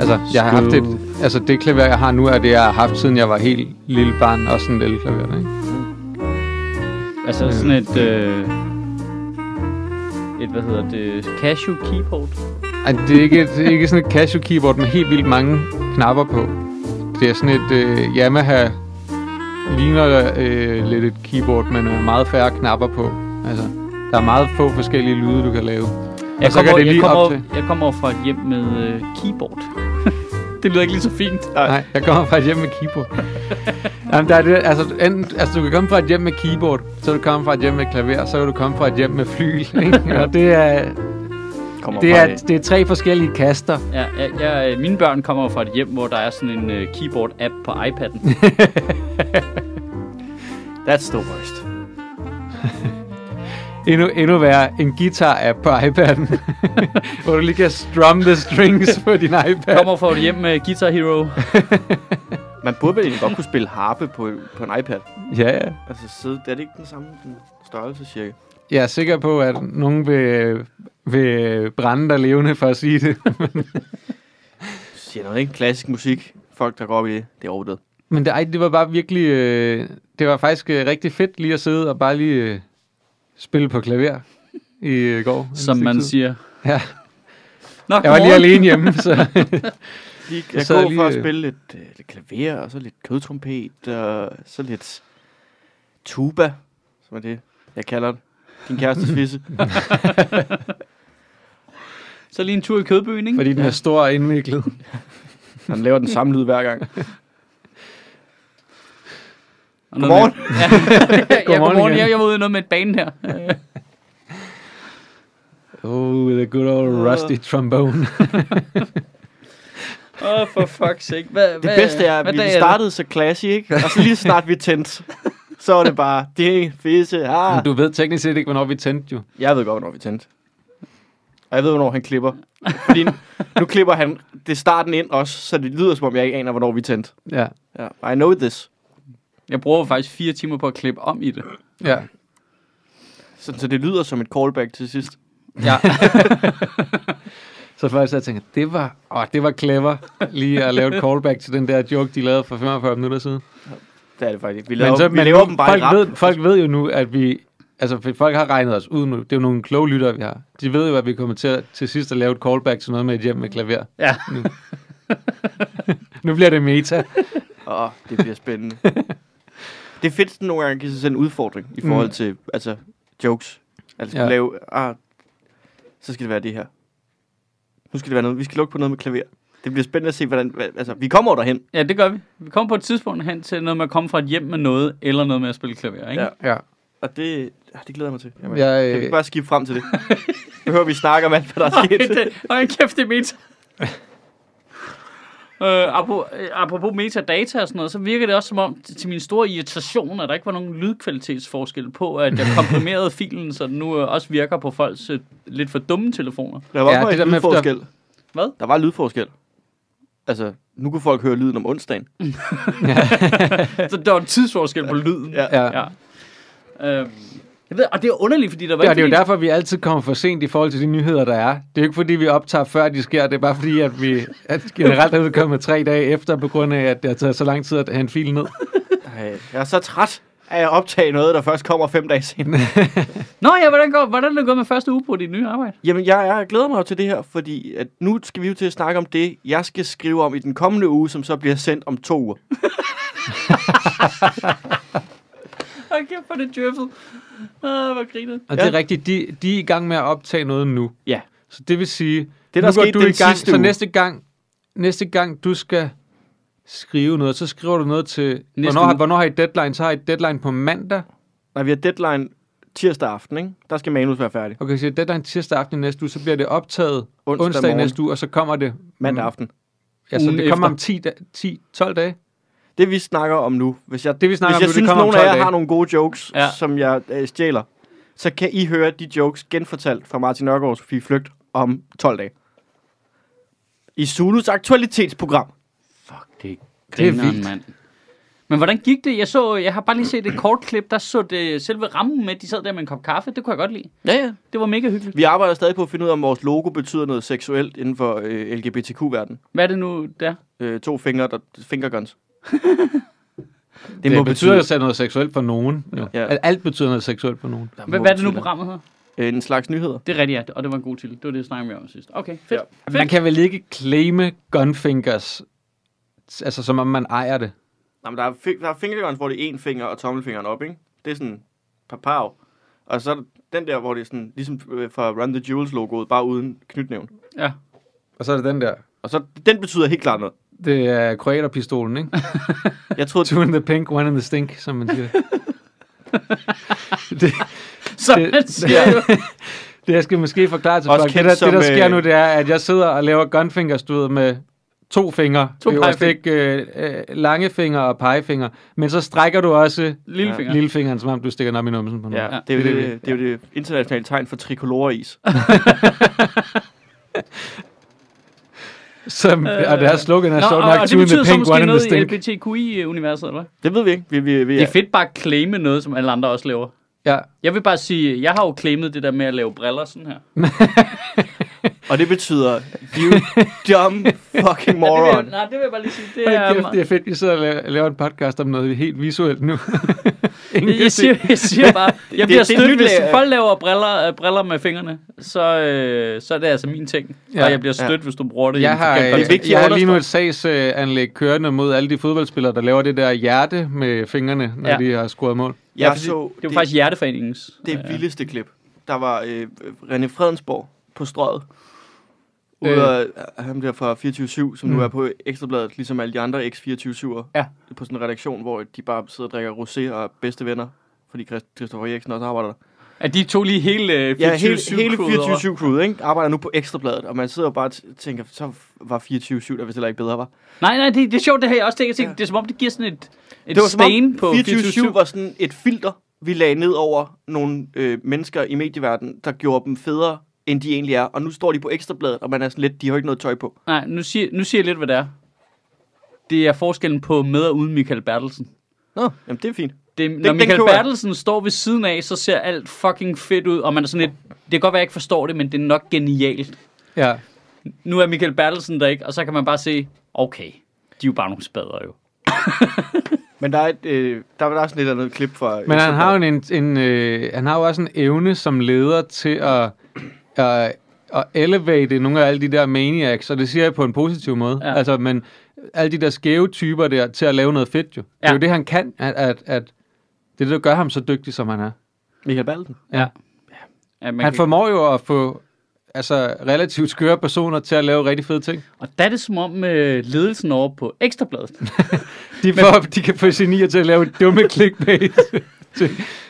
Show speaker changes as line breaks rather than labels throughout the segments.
Altså, jeg har haft et, altså det klaver, jeg har nu, er det, jeg har haft, siden jeg var helt lille barn, og sådan et elklaver, ikke?
Altså sådan et... Øh, et, hvad hedder det? Casio keyboard.
Ej, det er ikke, et, det er ikke sådan et Casio keyboard med helt vildt mange knapper på. Det er sådan et øh, Yamaha ligner øh, lidt et keyboard, men med meget færre knapper på. Altså, der er meget få forskellige lyde, du kan lave.
Jeg
så kan
kommer,
det
jeg,
lige
kommer,
op til.
jeg kommer fra et hjem med øh, keyboard. det lyder ikke lige så fint.
Nej, jeg kommer fra et hjem med keyboard. Jamen, der er det, altså, enten, altså, du kan komme fra et hjem med keyboard, så kan du komme fra et hjem med klaver, så kan du komme fra et hjem med flyl. Ikke? Og det er,
Kommer
det,
fra
er,
et-
det er tre forskellige kaster.
Ja, jeg, jeg, øh, mine børn kommer jo fra et hjem, hvor der er sådan en uh, keyboard-app på iPad'en. That's the worst.
Endnu, endnu værre, en guitar-app på iPad'en, hvor du lige kan strum the strings på din iPad.
Kommer fra et hjem med Guitar Hero.
Man burde vel egentlig godt kunne spille harpe på, på en iPad.
Ja, ja.
Altså, sidde, er det ikke den samme den størrelse cirka?
Jeg er sikker på, at nogen vil, vil brænde dig levende for at sige det.
Siger noget, ikke? Klassisk musik. Folk, der går op i det, det er overdød.
Men det, ej, det var bare virkelig... Øh, det var faktisk øh, rigtig fedt lige at sidde og bare lige øh, spille på klaver i øh, går. en
Som
stykke
man
tid.
siger.
Ja.
Nå,
Jeg var lige
godmorgen.
alene hjemme, så...
Lige, jeg
sad
går
lige,
for at
øh,
spille lidt, øh, lidt klaver, og så lidt kødtrompet, og så lidt tuba, som er det, jeg kalder det. Din kærestes fisse.
Så lige en tur i kødbyen, ikke?
fordi den er stor og indviklet.
Han laver den samme lyd hver gang.
Og noget med-
Godmorgen.
Ja, ja,
Godmorgen
godmorgen.
igen.
Jeg, jeg var ude i noget med et bane her.
Oh, the good old rusty trombone.
Åh, oh, for fuck's sake. Hvad,
Det bedste er, at vi startede så classy, ikke? Og så lige så snart vi tændte, så var det bare, det er fisse. Ah.
Men Du ved teknisk set ikke, hvornår vi tændte jo.
Jeg ved godt, hvornår vi tændte. Og jeg ved, hvornår han klipper. Fordi nu klipper han det starten ind også, så det lyder, som om jeg ikke aner, hvornår vi tændte.
Ja.
Ja. I know this.
Jeg bruger faktisk fire timer på at klippe om i det.
ja.
Så, så det lyder som et callback til sidst.
Ja,
Så først jeg tænker, det var, åh, det var clever lige at lave et callback til den der joke, de lavede for 45 minutter siden.
Det er det faktisk. Vi
Men
laver,
så-
vi
men
laver
nu-
dem bare i
folk,
rap.
ved, folk ved jo nu, at vi... Altså, for folk har regnet os ud nu. Det er jo nogle kloge lyttere, vi har. De ved jo, at vi kommer til, at- til sidst at lave et callback til noget med et hjem med klaver.
ja.
Nu bliver det meta.
Åh, oh, det bliver spændende. det er fedt, sådan nogle gange at give sig selv en udfordring i forhold
Mm.
til altså, jokes. Altså,
Ja.
ja. lave, ah, så skal det være det her. Nu skal det være noget. Vi skal lukke på noget med klaver. Det bliver spændende at se, hvordan... hva- Altså, vi kommer derhen.
ja, det gør vi. Vi kommer på et tidspunkt hen til noget med at komme fra et hjem med noget, eller noget med at spille klaver, ikke?
Ja.
Ja.
Og det, ah, det glæder jeg mig til. Jamen,
Jeg,
jeg
øh,
vil bare skifte frem til det. Behøver vi snakke om alt, hvad der er
Nej,
sket?
det, nej, kæft, det er meta. Øh, apropos, øh, apropos metadata og sådan noget, så virker det også som om, til til min store irritation, at der ikke var nogen lydkvalitetsforskel på, at jeg komprimerede filen, så den nu øh, også virker på folks øh, lidt for dumme telefoner.
Der var
Ja,
ja,
det
det
der
en
med-
lydforskel.
Hvad?
Der var lydforskel. Altså, nu kunne folk høre lyden om onsdagen.
Mm.
Så der var en tidsforskel på lyden.
Ja.
ja.
ja. Øhm, jeg ved, og det er underligt, fordi der var
Ja,
ikke...
det er jo
fordi-
derfor, vi altid kommer for sent i forhold til de nyheder, der er. Det er jo ikke, fordi vi optager før de sker. Det er bare fordi, at vi at generelt er udkommet tre dage efter, på grund af, at det har taget så lang tid at have en fil ned.
Ej, jeg er så træt af at optage noget, der først kommer fem dage senere.
Nå ja, hvordan, går, hvordan er det gået med første uge på dit nye arbejde?
Jamen, jeg, jeg glæder mig jo til det her, fordi at nu skal vi jo til at snakke om det, jeg skal skrive om i den kommende uge, som så bliver sendt om to uger.
Hold kæft, hvor er det djøffet. Åh, hvor griner.
Og ja. det er
Ja.
rigtigt. De, de er i gang med at optage noget nu.
Ja.
Så det vil sige,
der
det, der
er
nu går
sket
du i
den
gang,
sidste
så
uge.
næste gang, næste gang du skal skrive noget, så skriver du noget til, hvornår,
uge.
har- hvornår har I deadline? Så har I deadline på mandag,
Når vi har deadline tirsdag aften, ikke? der skal manus være færdig.
og kan sige deadline tirsdag aften i næste uge, så bliver det optaget
Onsdag
onsdag, onsdag i
morgen.
næste uge, og så kommer det,
Mandag aften.
ja, så
Ugen
det kommer
efter.
om 10, da, 10, 12 dage.
Det vi snakker om nu, hvis jeg,
Det, vi snakker om
hvis jeg
nu, det
synes,
kommer om
nogen af
12
jer
dage.
har nogle gode jokes,
Ja.
ja. som jeg øh, stjæler, så kan I høre de jokes genfortalt fra Martin Nørgaard og Sofie Flygt om 12 dage. I Zulus aktualitetsprogram.
Fuck, det er
Det er
grineren,
vildt.
mand. Men hvordan gik det? Jeg, så, jeg har bare lige set et kort klip, der så det selve rammen med, de sad der med en kop kaffe. Det kunne jeg godt lide.
Ja, ja.
Det var mega hyggeligt.
Vi arbejder stadig på at finde ud af, om vores logo betyder noget seksuelt inden for øh, LGBTQ-verden.
Hvad er det nu der?
Øh, to fingre, der, fingerguns.
Det, det betyder jo selv noget seksuelt for nogen. Jo.
Ja.
Ja. Alt betyder noget seksuelt for nogen.
Hvad, hvad er det nu programmet hedder?
Øh, en slags nyheder.
Det er rigtigt, ja. Og det var en god titel. Det var det, jeg snakkede med om sidst. Okay, fedt. Ja.
Man
fedt.
kan vel ikke claime gunfingers, altså som om man ejer det.
Nå, men der er, fi- der er fingerguns, hvor det er en finger og tommelfingeren op, ikke? Det er sådan papav. Og så er der den der, hvor det er sådan, ligesom øh, fra Run the Jewels-logoet, bare uden knytnæven.
Ja.
Og så er det den der.
Og så, den betyder helt klart noget.
Det er kroaterpistolen, ikke?
Jeg troede,
Two in the pink, one in the stink, som man siger. det,
Så
Det-
det, siger jo.
det, jeg skal måske forklare til
Også
folk. Det
kendt
der, det, der
som,
sker
øh,
nu, det er, at jeg sidder og laver gunfingerstød med to fingre.
To
øverst,
pegefinger.
ikke, øh, øh, lange fingre og pegefinger. Men så strækker du også
Lillefinger. Ja.
lillefingeren, som om du stikker den op i numsen på nogen.
Ja, det er jo
det er det.
det, det, det, er jo det internationale tegn for tricoloreis.
Som, og deres slogan er
Øh, Nå,
sjovt
og,
nok,
og det
Two in
betyder
the
så
pink,
måske
one in the
noget i
stink.
LGBTQI-universet, eller hvad?
Det ved vi ikke. Vi, vi, vi,
Det er fedt bare at claime noget, som alle andre også laver.
Ja.
Jeg vil bare sige, jeg har jo claimet det der med at lave briller sådan her.
Og det betyder, you dumb fucking
Ja, det vil jeg,
moron.
nej, det vil jeg bare lige sige. Det
Hold
er,
kæft, det er fedt, I sidder og la- laver en podcast om noget helt visuelt nu. Ingen kan
jeg,
se.
siger, jeg siger bare, jeg bliver
det- det er
stødt,
nyt
hvis
lag-
folk laver briller, øh, briller med fingrene, så, øh, så er det altså min ting.
Ja.
Ja, og jeg bliver stødt, ja. hvis du bruger det. i en
Jeg har,
forkert
jeg,
kontekst.
vigtigt at
jeg har lige nu et
understrege.
sagsanlæg kørende mod alle de fodboldspillere, der laver det der hjerte med fingrene, når ja.
Ja.
de har scoret mål.
Ja,
Jeg
fordi
så
Det var faktisk Hjerteforeningens.
det
øh,
vildeste klip. Der var øh, René Fredensborg på strøget. Ude øh. af ham der fra 24-7, som mm. nu er på Ekstrabladet, ligesom alle de andre X24-7'ere.
Ja.
På sådan en redaktion, hvor de bare sidder og drikker rosé og er bedste venner. Fordi Christ- Christoffer Eriksen også arbejder der.
At de to lige hele øh, 24-7
Ja, hele, hele
crewet over.
24 crewet ikke? Arbejder nu på Ekstrabladet, og man sidder og bare t- tænker, så var 24-7 der, hvis heller ikke bedre var.
Nej, nej, det, det er sjovt, det her. Jeg også tænker, tænker
Ja.
det er som om, det giver sådan et, et
det var
stain på
24-7
24-7.
var sådan et filter, vi lagde ned over nogle øh, mennesker i medieverdenen, der gjorde dem federe, end de egentlig er. Og nu står de på Ekstrabladet, og man er sådan lidt, de har ikke noget tøj på.
Nej, nu siger, nu siger jeg lidt, hvad det er. Det er forskellen på med og uden Michael Bertelsen.
Nå, jamen det er fint.
Det, når
den
Michael
køber jeg.
Bertelsen står ved siden af, så ser alt fucking fedt ud, og man er sådan lidt, det kan godt være, jeg ikke forstår det, men det er nok genialt.
Ja.
Nu er Michael Bertelsen der ikke, og så kan man bare se, okay, de er jo bare nogle spader jo.
Men der er, et, øh, der, der er sådan et eller andet klip fra...
Men han har, jo
jo...
en, en, øh, han har jo også en evne som leder til at, at, at elevate nogle af alle de der maniacs, og det siger jeg på en positiv måde. Ja.
Ja.
Altså, men alle de der skæve typer der til at lave noget fedt jo. Ja. Det er
Ja.
jo det, han kan, at, at, at det er det, der gør ham så dygtig, som han er.
Michael Balden.
Ja, man
Man han
kan,
formår jo at få altså, relativt skøre personer til at lave rigtig fede ting.
Og der er det som om øh, ledelsen over på Ekstrabladet,
De, får, de kan få genier til at lave dumme clickbait.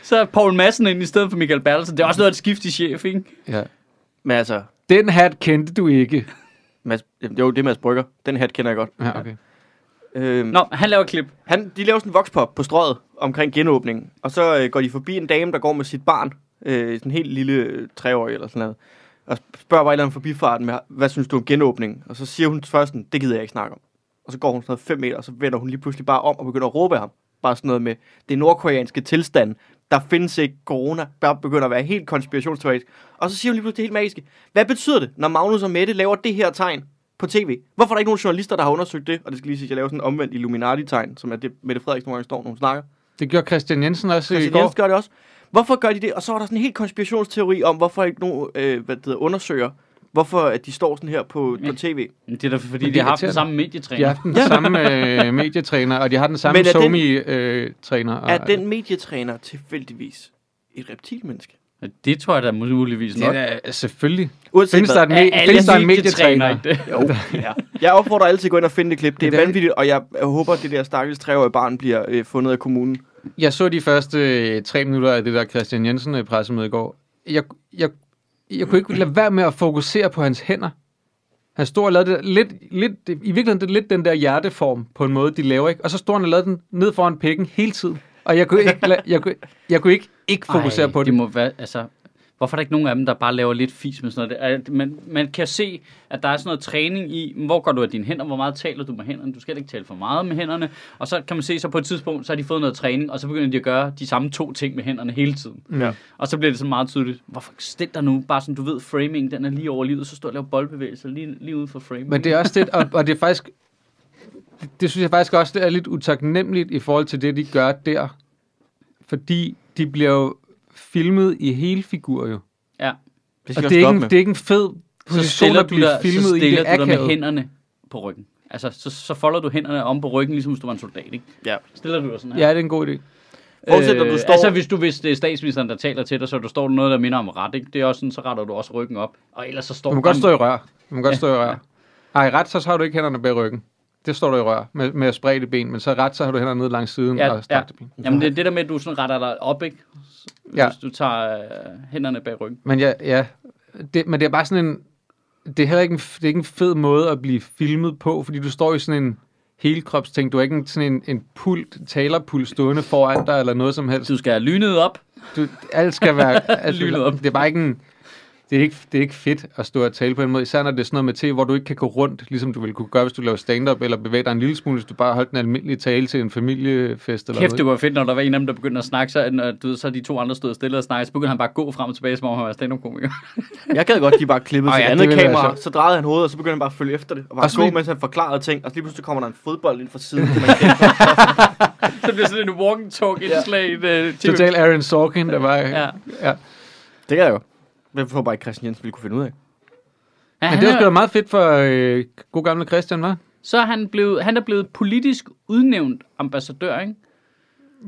så er Paul Madsen ind i stedet for Michael Bertelsen. Det er også noget af et skift i chef, ikke?
ja.
Men altså,
Den hat kendte du ikke.
Mads, jamen, jo, det er Mads Brygger. Den hat kender jeg godt.
Ja, okay.
Øhm,
Nå, han laver et klip.
Han, de laver sådan en voxpop på strøget omkring genåbningen, og så øh, går de forbi en dame, der går med sit barn, øh, sådan en helt lille øh, treårig eller sådan noget, og spørger bare et eller andet forbifarten med, hvad synes du om genåbningen? Og så siger hun først sådan, det gider jeg ikke snakke om. Og så går hun sådan noget fem meter, og så vender hun lige pludselig bare om og begynder at råbe af ham. Bare sådan noget med, det er nordkoreanske tilstand, der findes ikke corona, der begynder at være helt konspirationsteoretisk. Og så siger hun lige pludselig det helt magiske, hvad betyder det, når Magnus og Mette laver det her tegn? på tv. Hvorfor er der ikke nogen journalister, der har undersøgt det? Og det skal lige sige, at jeg laver sådan en omvendt Illuminati-tegn, som er det, Mette Frederiksen nogle gange står, når hun snakker.
Det gjorde Christian Jensen også
Christian
i går.
Jensen gør det også. Hvorfor gør de det? Og så er der sådan en helt konspirationsteori om, hvorfor ikke nogen øh, hvad det hedder, undersøger, hvorfor at de står sådan her på, på tv.
Men det er da fordi,
Men
de
det
har haft den
irriterer
samme medietræner.
De har haft den samme øh, medietræner, og de har den samme øh,
Men er den-
Somi-træner.
Er den medietræner tilfældigvis et reptilmenneske?
Ja, Det tror jeg da muligvis nok.
er da- selvfølgelig.
Uanset
Findes der,
hvad.
en me- findes der en medietræner?
ikke det?
Jo, ja. Jeg opfordrer alle til at gå ind og finde det klip. Det er
Men det er-
vanvittigt, og jeg jeg håber, at det der stakkels treårige barn bliver øh, fundet af kommunen.
Jeg så de første øh, tre minutter af det der Christian Jensen øh, pressemøde i går. Jeg, jeg, jeg kunne ikke lade være med at fokusere på hans hænder. Han stod og lavede det der, lidt, lidt, det- i virkeligheden det er lidt den der hjerteform på en måde, de laver ikke. Og så stod han og lavede den ned foran pikken hele tiden. Og jeg kunne ikke, lade, jeg kunne, jeg kunne ikke, ikke fokusere
Ej,
på
det
det.
må være, altså... Hvorfor er der ikke nogen af dem, der bare laver lidt fis med sådan noget? At man, man kan se, at der er sådan noget træning i, hvor går du af dine hænder, hvor meget taler du med hænderne, du skal ikke tale for meget med hænderne. Og så kan man se, så på et tidspunkt, så har de fået noget træning, og så begynder de at gøre de samme to ting med hænderne hele tiden.
Ja.
Og så bliver det sådan meget tydeligt, hvorfor stil dig nu, bare sådan du ved, framing, den er lige over livet, så står jeg og laver boldbevægelser lige, lige uden for framing.
Men det er også det, og, og det er faktisk, det, det synes jeg faktisk også, det er lidt utaknemmeligt i forhold til det, de gør der. Fordi de bliver jo filmet i hele figur jo.
ja.
Det
Og
skal
det
jeg
er, ikke,
stoppe
en-
med.
det er ikke en fed
så
position
stiller
at
du
blive
dig,
filmet
så
i. Det
stiller
er
du dig med
akavet.
hænderne på ryggen. Altså, så, så folder du hænderne om på ryggen, ligesom hvis du var en soldat, ikke?
Ja.
Stiller du dig sådan her.
Ja, det er en god idé.
Forestil dig, du står-
Altså, hvis, du, hvis det er statsministeren, der taler til dig, så du står du noget, der minder om ret, ikke? Det er også sådan, så retter du også ryggen op. Og ellers så står
Du må
bare
godt
med-
stå i rør. Du må godt
Ja.
stå i rør. Ej, ret, så har du ikke hænderne bag ryggen. Det står du i rør med, med at spredte ben, men så ret, så har du hænderne ned langs siden
Ja,
og strakte ben.
ja. Jamen, det er det der med, at du sådan retter dig op, ikke? Hvis
Ja.
du tager øh, hænderne bag ryggen.
Men ja, ja. Det, men det er bare sådan en... Det er heller ikke en, det er ikke en fed måde at blive filmet på, fordi du står i sådan en helkropsting. Du er ikke en, sådan en, en pult, talerpult stående foran dig, eller noget som helst.
Du skal have lynet op.
Du, alt skal være... alt-
Lynet op.
det er bare ikke en... Det er, ikke, det er ikke fedt at stå og tale på den måde, især når det er sådan noget med te, hvor du ikke kan gå rundt, ligesom du ville kunne gøre, hvis du lavede stand-up, eller bevæge dig en lille smule, hvis du bare holdt en almindelig tale til en familiefest. Eller
Kæft,
noget.
det var fedt, når der var en af dem, der begyndte at snakke, så, når, du ved, så de to andre stod stille og snakkede, så begyndte han bare at gå frem og tilbage, som om han var stand-up-komiker.
Jeg gad godt, de bare klippede
Åh,
til
ja,
et
det
andet
ville være
kamera,
sjovt.
så drejede han hovedet, og så begyndte han bare at følge efter det. Og bare
Og så
gå,
lige-
mens han forklarede ting, og så lige pludselig kommer der en fodbold ind fra siden. som man kan-
Så bliver sådan en walking talk indslag i uh, TV.
Total Aaron Sorkin, der var...
Ja.
Ja. ja.
det kan jeg jo. Men jeg tror bare ikke, Christian Jensen ville kunne finde ud af.
Ja,
Men
han
det var sgu
er,
da meget fedt for øh, god gamle Christian, var?
så er han, blevet, han er blevet politisk udnævnt ambassadør, ikke?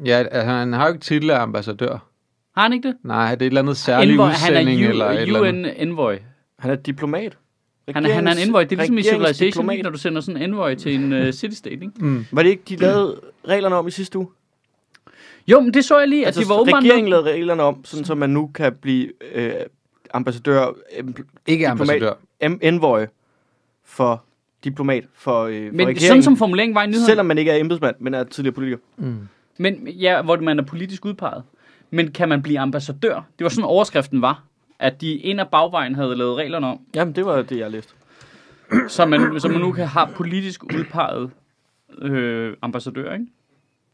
Ja, altså, han har jo ikke titel af ambassadør.
Har han ikke det?
Nej, det er et eller andet særligt
Envoy, han er
udsending
U-
eller et eller
UN
andet.
envoy.
Han er diplomat.
Han er, han er en envoy. Det er ligesom i
Regerings-
Civilization,
diplomat.
når du sender sådan en envoy til en uh, city state, ikke?
Mm.
Var det ikke, de lavede reglerne om i sidste uge?
Jo, men det så jeg lige, at
Altså,
det var åbenbart...
regeringen
noget-
lavede reglerne om, sådan, så man nu kan blive øh, ambassadør, em-
Ikke ambassadør.
em- envoy for diplomat for, øh, for
Men
regeringen.
sådan som formuleringen var i nyheden.
Selvom man ikke er embedsmand, men er tidligere politiker.
Mm.
Men, ja, hvor man er politisk udpeget. Men kan man blive ambassadør? Det var sådan, overskriften var. At de ind ad bagvejen havde lavet reglerne om,
Jamen, det var det, jeg læste.
så man, så man nu kan have politisk udpeget øh, ambassadør, ikke?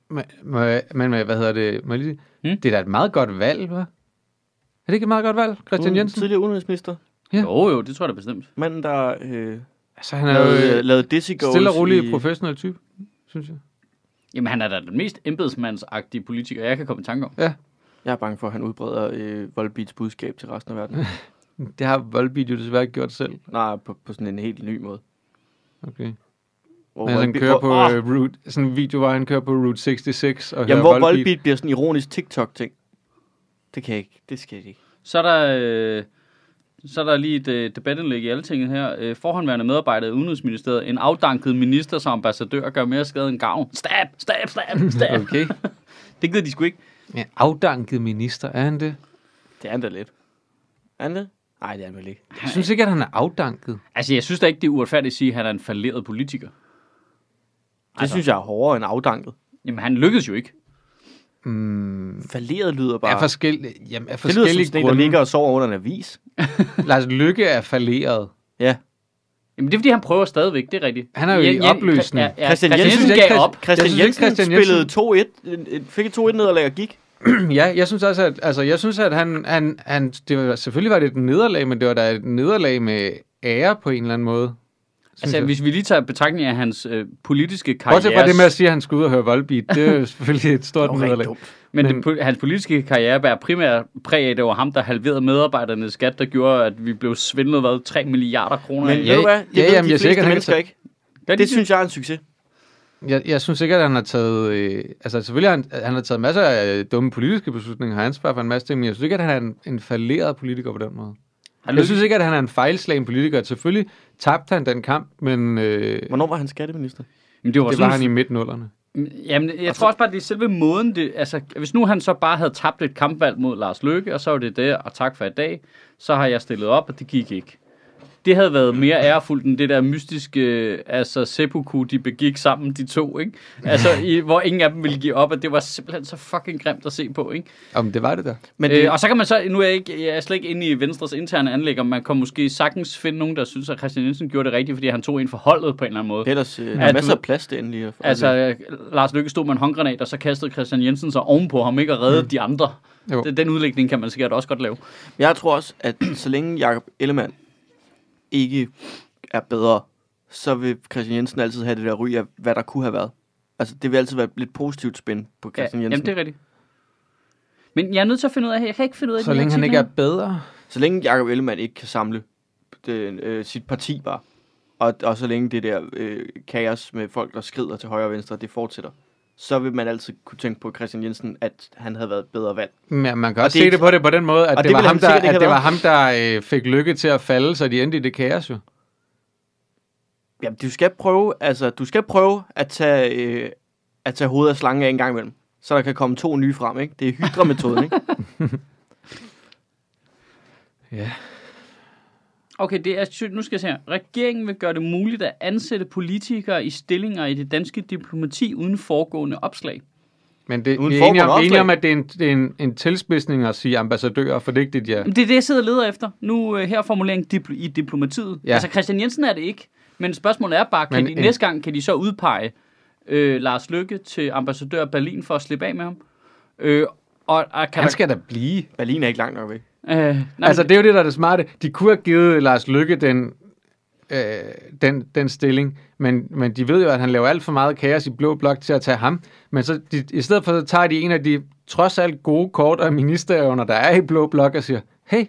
Men, må jeg- men hvad hedder det? Må jeg lige...
Mm.
mm? Det er da et meget godt valg, hva'? Er det ikke et meget godt valg, Christian
Uden-
Jensen?
Mm. Tidligere udenrigsminister.
Ja.
Jo, jo, det tror jeg da bestemt.
Manden, der øh,
Altså, han er jo
lavede,
øh,
lavede Dizzy Goals
stille og rolig
i-
professionel type, synes jeg.
Jamen, han er da den mest embedsmandsagtige politiker, jeg kan komme i tanke om.
Jeg er bange for, at han udbreder øh, Volbeats budskab til resten af verden.
Det har Volbeat jo desværre ikke gjort selv.
Nej, på, på sådan en helt ny måde.
Okay.
Hvor
Men han
Volbeat-
kører på
hvor, åh,
øh, route, sådan en video, hvor han kører på Route 66 og
Jamen,
hører
hvor
Volbeat.
Volbeat bliver sådan en ironisk TikTok-ting. Det kan jeg ikke. Det skal jeg ikke.
Så er der, øh, så er der lige et øh, debatindlæg i Altinget her. Øh, forhåndværende medarbejder i Udenrigsministeriet. En afdanket minister som ambassadør gør mere skade end gavn. Stab, stab, stab, stab.
Okay.
det gider de sgu ikke.
Ja, afdanket minister, er han det?
Det er han da lidt. Er han det? Nej, det er han vel ikke.
Jeg synes ikke, at han er afdanket.
Altså, jeg synes da ikke, det er uretfærdigt at sige, at han er en falderet politiker.
Det altså. synes jeg er hårdere end afdanket.
Jamen, han lykkedes jo ikke.
Mm.
Falderet lyder bare...
Af forskellige, jamen, af
det lyder som
forskellige
sådan en, der
grunde.
ligger og sover under en avis.
Lars Lykke er falderet.
Ja.
Jamen, det er, fordi han prøver stadigvæk, det er rigtigt.
Han er jo i opløsning.
Ja, ja, Christian, Jensen,
Jensen
gav
gav
op.
Jeg
Christian
synes ikke,
Jensen
Christian
spillede 2-1, øh, øh, fik et 2-1 nederlag og gik.
ja, jeg synes også, at, altså, jeg synes, at han, han, han det var, selvfølgelig var det et nederlag, men det var da et nederlag med ære på en eller anden måde. synes
Altså,
jeg.
hvis vi lige tager betragtning af hans øh, politiske karriere...
Bortset fra det med at sige, at han skulle ud og høre Volbeat, det er jo selvfølgelig et stort nederlag.
Men, men
Men-
det, po- hans politiske karriere bærer primært præg af, at det var ham, der halverede medarbejdernes skat, der gjorde, at vi blev svindlet hvad, 3 milliarder kroner.
Men
af.
ja,
ved du hvad? Det
ja,
ved
jamen,
de
jeg siger ikke,
fleste
at han
mennesker
kan
ikke.
Gør de
Det synes jeg er en succes.
Jeg, jeg synes ikke, at han har taget... Øh, altså, selvfølgelig har han, han har taget masser af øh, dumme politiske beslutninger, har ansvar for en masse ting, men jeg synes ikke, at han er en, en falderet politiker på den måde.
Har
Jeg
lykke-
synes ikke, at han er en fejlslagen politiker. Selvfølgelig tabte han den kamp, men øh, det
Hvornår var han skatteminister?
Men det var,
var
sådan, mm,
han i Altså- midten
Jamen, jeg tror også bare, det er selve måden, det, altså, hvis nu han så bare havde tabt et kampvalg mod Lars Løkke, og så var det det, og tak for i dag, så har jeg stillet op, og det gik ikke. det havde været mere ærefuldt end det der mystiske øh, altså seppuku, de begik sammen, de to, ikke? Altså, i, hvor ingen af dem ville give op, og det var simpelthen så fucking grimt at se på, ikke?
Jamen, det var det der.
Men det,
Øh, og så kan man så, nu er jeg, ikke, jeg er slet ikke inde i Venstres interne anlæg, og man kan måske sagtens finde nogen, der synes, at Christian Jensen gjorde det rigtigt, fordi han tog en for holdet på en eller anden måde.
det er ellers øh, der
Ja,
er
du
masser
ved-
af plads derinde lige. at få-
Altså, øh, Lars Lykke stod med en håndgranat, og så kastede Christian Jensen sig ovenpå ham, ikke? Og reddede mm. de andre.
Jo.
Den, den udlægning kan man sikkert også godt lave.
Jeg tror også, at så længe Jakob Ellemann ikke er bedre, så vil Christian Jensen altid have det der ry af, hvad der kunne have været. Altså, det vil altid være et lidt positivt spænd på Christian Jensen.
jamen, det er rigtigt. Men jeg er nødt til at finde ud af, jeg kan ikke finde ud af...
Så
de her
længe han
ting
ikke er
her.
bedre.
Så længe Jakob Ellemann ikke kan samle det, øh, sit parti bare, og, og så længe det der øh, kaos med folk, der skrider til højre og venstre, det fortsætter, så vil man altid kunne tænke på Christian Jensen, at han havde været et bedre valg.
Men man kan
Og
også
det er
se
ikke-
det på det på den måde, at
Og
det,
det
var
ville
ham,
han
der,
sikkert ikke
at
have
det var
været.
ham, der øh, fik lykke til at falde, så de endte i det kaos jo.
Jamen, du skal prøve, altså, du skal prøve at tage, øh, at tage hovedet af slangen af en gang imellem, så der kan komme to nye frem, ikke? Det er hydra-metoden, ikke?
Ja.
Okay, det er sygt. Nu skal jeg se her. Regeringen vil gøre det muligt at ansætte politikere i stillinger i det danske diplomati uden foregående opslag.
Men det,
Uden
vi er enige om,
forbehold
enige om,
opslag.
at det er en, det er en, en tilspidsning at sige ambassadører, for det er ikke det, de er.
Mm.
Jamen, det er det, jeg sidder og leder efter. Nu øh, her er formuleringen dipl- i diplomatiet. Ja.
Ja.
Altså, Christian Jensen er det ikke. Men spørgsmålet er bare, kan
Men
de,
en-
næste gang kan de så udpege øh, Lars Lykke til ambassadør i Berlin for at slippe af med ham? Øh, og, og kan
Han skal da blive.
Berlin er ikke langt nok væk.
der, øh, nej, men-
altså, det er jo det, der er det smarte. De kunne have givet Lars Lykke den, øh, den, den stilling, men, men de ved jo, at han laver alt for meget kaos i Blå Blok til at tage ham. Men så de, i stedet for, så tager de en af de trods alt gode kort af ministerevner, der er i Blå Blok, og siger, hey,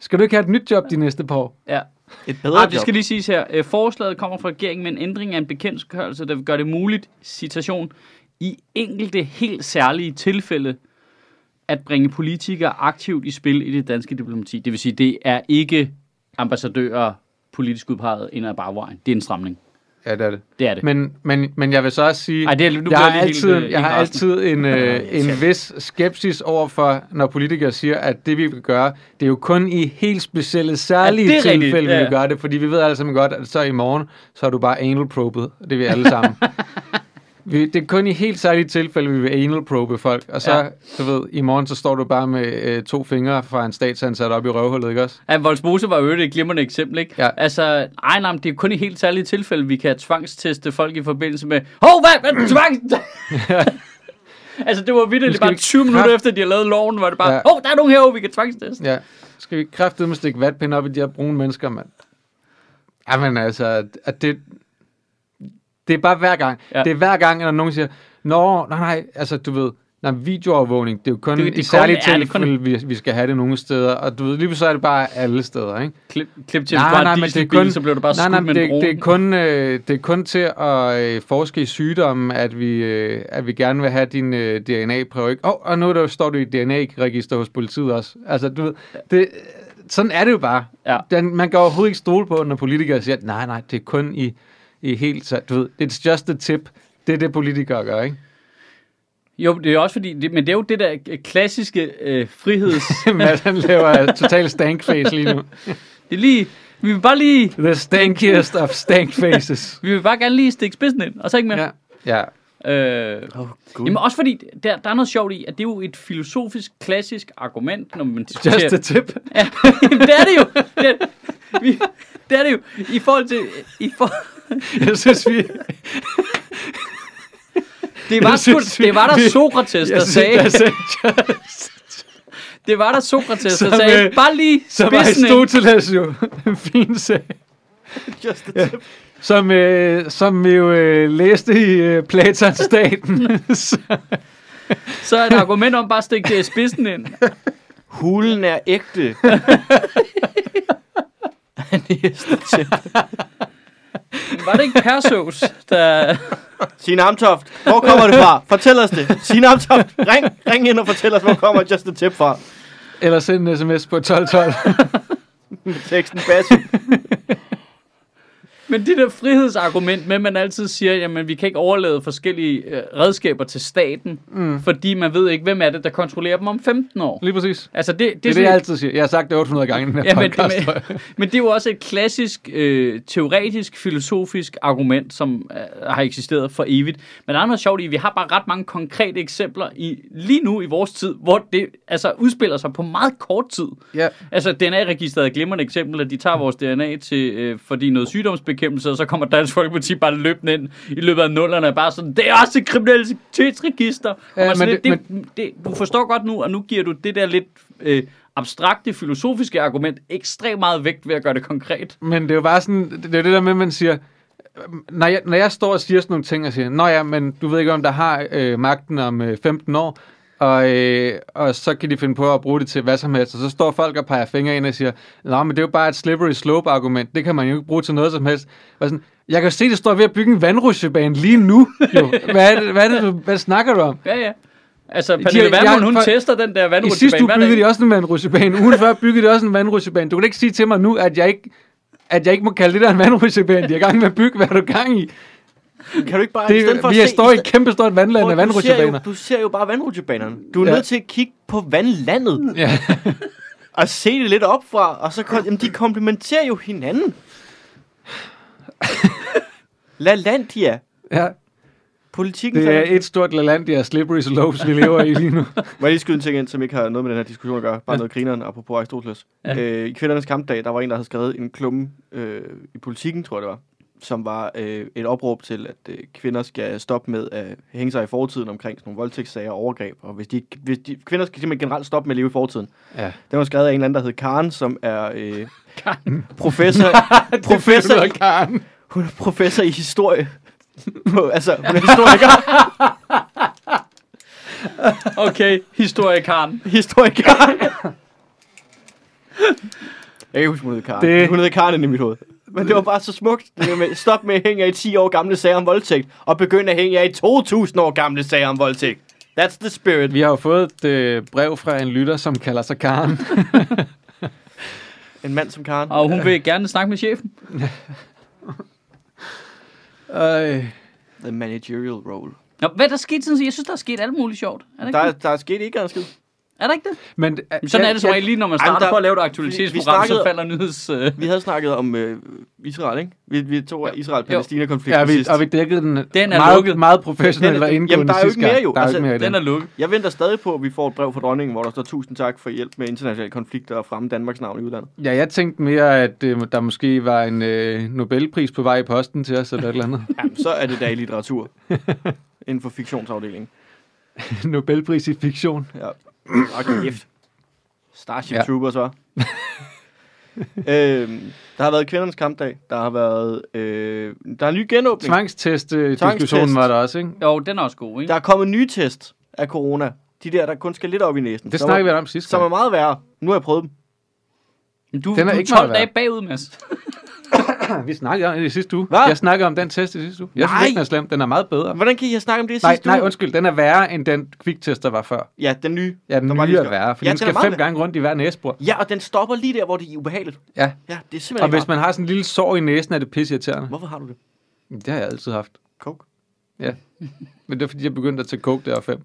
skal du ikke have et nyt job de næste par år?
ja.
Et bedre
Ah, det
job.
skal lige siges her. Øh, forslaget kommer fra regeringen med en ændring af en bekendtgørelse, der vil gøre det muligt, citation, i enkelte helt særlige tilfælde, at bringe politikere aktivt i spil i det danske diplomati. Det vil sige, det er ikke ambassadører politisk udpeget ind ad bagvejen. Det er en stramning.
Ja, det er det.
Det er det.
Men, men, men jeg vil så også sige,
Ej, det er- nu bliver
jeg, har
jeg lige
altid,
helt, øh,
jeg har
helt
altid en, øh, en vis skepsis overfor, når politikere siger, at det vi vil gøre, det er jo kun i helt specielle,
det
særlige ja,
er rigtigt,
tilfælde, vi
ja.
vil gøre det, fordi vi ved alle sammen godt, at så i morgen, så er du bare anal probet. Det er vi alle sammen. Vi, det er kun i helt særlige tilfælde, vi vil anal probe folk, og så,
Ja.
ja. du ved, i morgen, så står du bare med øh, to fingre fra en statsansat op i røvhullet, ikke også?
Ja, Volsmose var jo et glimrende eksempel, ikke?
Ja.
Altså, ej, nej, men det er kun i helt særlige tilfælde, vi kan tvangsteste folk i forbindelse med, hov, hvad, hvad, tvang? altså, det var
Nu
vildt,
skal
bare
vi
20 minutter
kraft-
efter, de har lavet loven, var det bare,
Ja.
hov, der er nogen herovre, vi kan tvangsteste.
Ja. Skal vi kraftedeme stikke vatpind op i de her brune mennesker, mand? Jamen altså, at det, det er bare hver gang.
Ja.
Ja. Det er hver gang, når nogen siger, Nå, nej, nej, altså du ved, nej, videoovervågning, det er jo kun
Det-
det,
det er
det i
kun-
særlige
ja,
kun,
det er kun-
tilfælde, vi, vi skal have det nogle steder. Og du ved, lige så er det bare alle steder, ikke?
Klip, klip til, nej, hvis du nej, en dieselbil, så blev du bare
nej,
skudt
nej,
med
men
en
det,
drone.
det, er kun, øh, det er kun til at øh, forske i sygdomme, at vi, øh, at vi gerne vil have din øh, DNA-prøve. Ikke? Oh, og nu der, står du i DNA-register hos politiet også. Altså, du ved, det, sådan er det jo bare.
Ja.
Den, man kan overhovedet ikke stole på, når politikere siger, nej, nej, det er kun i, i helt... så- Du ved, it's just a tip. Det er det, politikere gør, ikke?
Jo, det er også fordi, det, men det er jo det der øh, klassiske øh, friheds...
Mads, altså, han laver total stank face lige nu.
det er lige, vi vil bare lige,
The stankiest of stank faces.
vi vil bare gerne lige stikke spidsen ind, og så ikke mere.
Ja. ja.
Øh,
Åh, Gud.
jamen også fordi, der, der er noget sjovt i, at det er jo et filosofisk, klassisk argument, når man diskuterer...
Just a tip.
Ja, jamen, det er det jo. Det er, vi, det er det jo. I forhold til... I for,
Jeg synes, vi,
det, var
Jeg
sgu,
synes, vi-
det var der
vi-
Sokrates, der
jeg
sagde...
synes, sagde
Det var der Sokrates, der
Som,
sagde...
øh,
Bare lige
som
spidsen ind.
Aristoteles jo fint sagde,
Just a tip.
som, øh, som vi jo øh, læste i øh, Platons Staten. Så-
Så er et argument om bare at stikke det spidsen ind.
Hulen er ægte. Næste tip.
Var det ikke Perseus, der...
Signe Amtoft, hvor kommer det fra? Fortæl os det. Signe Amtoft, ring, ring ind og fortæl os, hvor kommer Just a Tip fra?
Eller send en sms på 1212.
Med teksten Basse.
Men det der frihedsargument med, at man altid siger, jamen vi kan ikke overlade forskellige øh, redskaber til staten, mm. fordi man ved ikke, hvem er det, der kontrollerer dem om 15 år.
Lige præcis. Det
Altså det, det,
er det,
sådan
jeg
et-
altid siger. Jeg har sagt det 800 gange i den her
Ja, men,
podcast. tror jeg.
men, men det er jo også et klassisk, øh, teoretisk, filosofisk argument, som øh, har eksisteret for evigt. Men der er noget sjovt i, at vi har bare ret mange konkrete eksempler i, lige nu i vores tid, hvor det altså, udspiller sig på meget kort tid.
Ja.
Altså, DNA-registeret er et glimrende eksempel, at de tager vores DNA til, øh, fordi noget sygdomsbekæmpelse, og så kommer Dansk Folkeparti bare løbende ind i løbet af nullerne, og bare sådan, det er også et kriminalitetsregister. Og
Ja,
man
Øh, men
sådan,
det-
lidt, det, det, du forstår godt nu, og nu giver du det der lidt øh, abstrakte, filosofiske argument ekstremt meget vægt ved at gøre det konkret.
Men det er jo bare sådan, det det er det der med, at man siger, når jeg, når jeg står og siger sådan nogle ting, og siger, nå ja, men du ved ikke, om der har øh, magten om øh, 15 år, og, øh, og så kan de finde på at bruge det til hvad som helst, og så står folk og peger fingre ind og siger, nej, men det er jo bare et slippery slope argument, det kan man jo ikke bruge til noget som helst. Og sådan, jeg kan jo se, det står ved at bygge en vandrutsjebane lige nu. Jo. Hvad, er det, hvad, er det, du, hvad snakker du om?
Ja, ja. Altså, Pernille
jeg-
Vermund, hun
for-
tester den der
I
vandrutsjebane
sidste uge
hver dag.
byggede de også en vandrutsjebane. Ugen før byggede de også en vandrutsjebane. Du kan da ikke sige til mig nu, at jeg ikke, at jeg ikke må kalde det der en vandrutsjebane. De er i gang med at bygge, hvad er du gang i?
Kan du ikke bare, i stedet for
Det,
at
vi er
se-
står i
i
et kæmpe stort vandland af
stedet- Prøv, du ser jo-
vandrutsjebaner.
Du ser jo bare vandrutsjebanerne. Du er
Ja.
nødt til at kigge på vandlandet
Ja.
og se det lidt op fra, og så kom, jamen, de komplementerer jo hinanden. LaLandia.
ja,
Politikken
det
det
er et stort lalandia af slippery slopes, vi lever i lige nu.
Må jeg lige skyde en ting ind, som ikke har noget med den her diskussion at gøre? Bare noget grineren, apropos Aristoteles. Ja. Øh, I kvindernes kampdag, der var en, der havde skrevet en klumme øh, i politikken, tror jeg det var, som var øh, et opråb til, at øh, kvinder skal stoppe med at hænge sig i fortiden omkring sådan nogle voldtægtssager og overgreb. Og hvis de, hvis de, kvinder skal simpelthen generelt stoppe med at leve i fortiden.
Ja.
Den var skrevet af en eller anden, der hed Karen, som er øh, professor, professor, i,
Karen.
hun er professor i historie. På, altså, hun er historiker.
Okay, historikaren.
historiker. Jeg kan ikke huske, hun hed Karen.
Det-
Det... Hun hed Karen inde i mit hoved. Men det var bare så smukt. Det der med, stop med at hænge jer i 10 år gamle sager om voldtægt, og begynd at hænge jer i 2000 år gamle sager om voldtægt. That's the spirit.
Vi har jo fået et øh, brev fra en lytter, som kalder sig Karen.
En mand som Karen.
Og hun vil gerne snakke med chefen.
Øh,
The managerial role.
Nå, hvad er der sket siden? Jeg synes, der er sket alt muligt sjovt. Er der ikke
Der, er-
det?
der er sket ikke en skid.
Er der ikke det?
men, øh,
Men sådan er det som regel lige, når man starter
Ej, men der-
på at lave et
vi
aktualitetsprogram,
snakkede-
så falder nyheds... Øh,
Vi havde snakket om øh, Israel, ikke? Vi, vi tog af Israel-Palæstina-konflikten
Ja, vi,
sidst.
og vi dækkede den,
Den er
meget,
lukket.
meget professionelt
Den er-
og indgående
jamen, der er jo
sidste
ikke mere
gang.
jo.
Der er jo
Altså,
ikke mere i den.
den er lukket.
Jeg venter stadig på, at vi får et brev fra dronningen, hvor der står tusind tak for hjælp med internationale konflikter og fremme Danmarks navn i udlandet.
Ja, jeg tænkte mere, at øh, der måske var en øh, Nobelpris på vej i posten til os, eller et eller andet.
Jamen, så er det da i litteratur. Inden for fiktionsafdelingen.
Nobelpris i fiktion.
Ja. Og kæft. Starship
Ja.
ja. Troopers, var. øhm, der har været kvindernes kampdag. Der har været... Øh, der er en ny genåbning.
Tvangstest-diskussionen øh, var der også, ikke?
Jo, den er også god, ikke?
Der er kommet nye test af corona. De der, der kun skal lidt op i næsen.
Det
Som
snakkede vi
er,
om sidst.
Som er meget værre. Nu har jeg prøvet dem.
Men Du,
Den er
du er
ikke
12
meget værd.
dage bagud, Mads.
Ah, Vi snakkede om det i sidste uge.
Hvad?
Jeg snakkede om den test i sidste uge. Jeg synes
Nej.
ikke, den er slem. Den er meget bedre.
Hvordan kan I have snakket om det i
Nej,
sidste
nej,
uge?
undskyld. Den er værre, end den kviktest, der var før.
Ja, den nye.
Ja, den
der
nye
bare lige
er
skal-
værre, for
Ja,
den
er
skal
meget
fem
værre.
gange rundt i hver næsebord.
Ja, og den stopper lige der, hvor det er ubehageligt.
Ja,
Ja, det er
og
simpelthen
hvis
ikke rart.
man har sådan en lille sår i næsen, er det pisseirriterende.
Hvorfor har du det?
Det har jeg altid haft.
Coke.
Ja. Men det er, fordi jeg begyndte at tage coke der fem.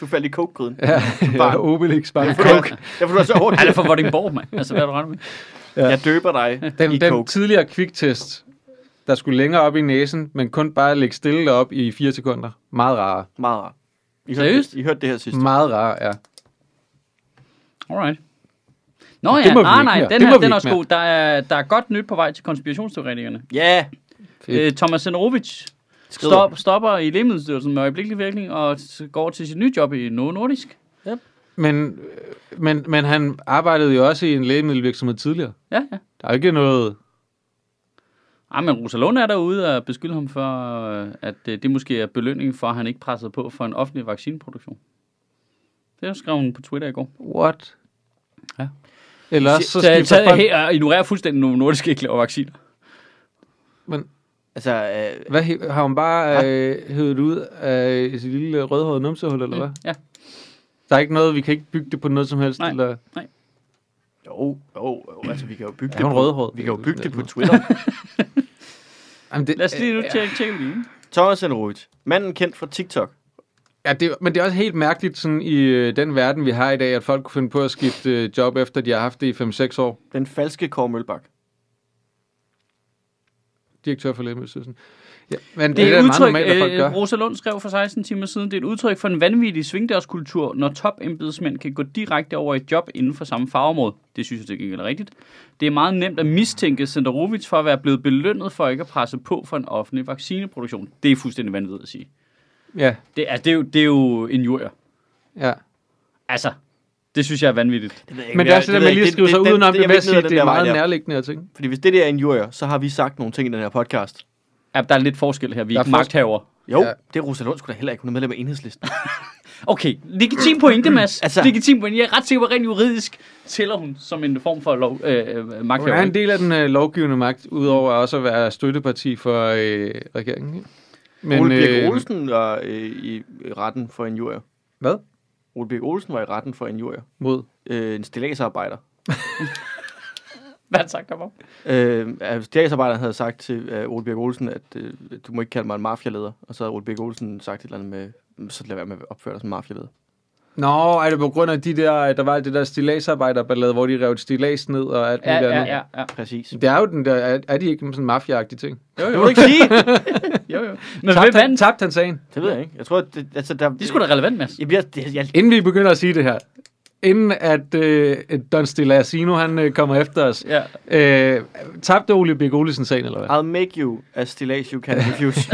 Du faldt i coke-gryden.
Ja,
Bare-
ja Obelix bare coke.
Coke. Derfor du er så hårdt.
Han er fra Vordingborg, mand. Altså, hvad er du rende med?
Jeg døber dig i
Den, den
coke.
tidligere kviktest, der skulle længere op i næsen, men kun bare ligge stille op i fire sekunder. Meget rarere.
Meget rart. I
Seriøst?
Hørte, I hørte det her sidst.
Meget rarere, ja.
Alright. Nå ja,
det må vi
nej,
ikke
nej,
mere.
den
Det
her,
må vi
den er
ikke
også
mere.
god. Der er, der er godt nyt på vej til konspirationsteoretikerne.
Ja.
Fedt.
Øh, Thomas Senderovic
Skrider.
stop, stopper i Lægemiddelstyrelsen med øjeblikkelig virkning og s- går til sit nye job i Novo Nordisk.
Men, øh, men, men han arbejdede jo også i en lægemiddelvirksomhed tidligere.
Ja, ja.
Der er jo ikke noget...
Ej, Ah, men Rosalund er derude og beskylder ham for, øh, at øh, det måske er belønningen for, at han ikke pressede på for en offentlig vaccineproduktion. Det skrev hun på Twitter i går.
What?
Ja.
Eller også så
Så jeg
skifter
tager
folk...
her og ignorerer fuldstændig Novo Nordisk ikke laver vacciner.
Men,
Altså, øh,
hvad, he- har hun bare øh, hævet ud af sit lille rødhårede numsehul, eller hvad?
Ja.
Der er ikke noget, vi kan ikke bygge det på noget som helst.
Mm. Nej.
Eller...
jo, jo, jo, altså vi kan jo bygge
Er
det
hun
på,
rødhåret?
vi kan jo bygge det på
Ja.
Twitter.
Jamen, det, øh,
Lad os lige nu
ja,
tjekke tjekke lige.
Thomas Enerovic, manden kendt fra TikTok.
ja, det, men det er også helt mærkeligt sådan, i øh, den verden, vi har i dag, at folk kunne finde på at skifte øh, job, efter de har haft det i 5-6 år.
Den falske Kåre Mølbak.
Direktør for Lægemiddelstyrelsen. Ja, men det,
Det
det
er et
er da meget
udtryk,
normalt, at folk gør.
øh, Rosa Lund skrev for 16 timer siden, det er et udtryk for en vanvittig svingdørskultur, når topembedsmænd kan gå direkte over i et job inden for samme fagområde. Det synes jeg til gengæld er rigtigt. Det er meget nemt at mistænke Senderovic for at være blevet belønnet for ikke at presse på for en offentlig vaccineproduktion. Det er fuldstændig vanvittigt at sige.
Ja,
Det, altså, det, er, jo, det er jo en jurier.
ja.
Altså, det synes jeg er vanvittigt.
Det ved jeg ikke,
Men det er også det, at man lige skriver sig udenom det, ved
jeg vil
at
ikke ned
sige,
ad
at
den
det er
der vej
meget
der.
nærliggende at tænke.
Fordi hvis det der er injurier, så har vi sagt nogle ting i den her podcast.
Ja, der er lidt forskel her. Vi er
Der er
ikke
forskel.
magthavere.
Jo,
Ja.
ja. det er Rosalund skulle da heller ikke. Hun er medlem af enhedslisten.
Okay, legitim pointe, Mads. altså,
Altså-
legitim pointe. Jeg er ret sikker på, at rent juridisk tæller hun som en form for lov, øh, øh,
Hun er
magthaver.
en del af den øh, lovgivende magt, udover også at være støtteparti for øh, regeringen. ikke?
Men, Ole Birk
øh,
Olsen var øh, i retten for injurier.
Hvad?
Ole Birk Olsen var i retten for injurier.
Mod.
Øh, en stillagsarbejder.
Hvad har han sagt om?
Øh, altså, stillagsarbejderen havde sagt til øh, Ole Birk Olsen, at øh, du må ikke kalde mig en mafialeder. Og så havde Ole Birk Olsen sagt et eller andet med, "Mm, så lad være med at opføre dig som en mafialeder.
Nå, er det på grund af de der, der var alt det der stilagsarbejderballade, hvor de rev et stilas ned og alt
Ja,
muligt
ja,
andet.
ja, ja.
Præcis.
Det er jo den der, er, er de ikke sådan en mafia-agtig ting?
Det må du ikke sige!
Jo, jo. Men hvem
Tabte han,
vandt?
tabte han sagen?
Det ved jeg ikke. Jeg tror, at det, altså, der...
Det er sgu da relevant, Mads.
Jeg bliver, det, jeg,
Inden vi begynder at sige det her, inden at øh, Don Stilasino, han øh, kommer efter os,
Ja.
øh, tabte Ole Birk Olesen sagen, eller hvad?
I'll make you as delay you can refuse.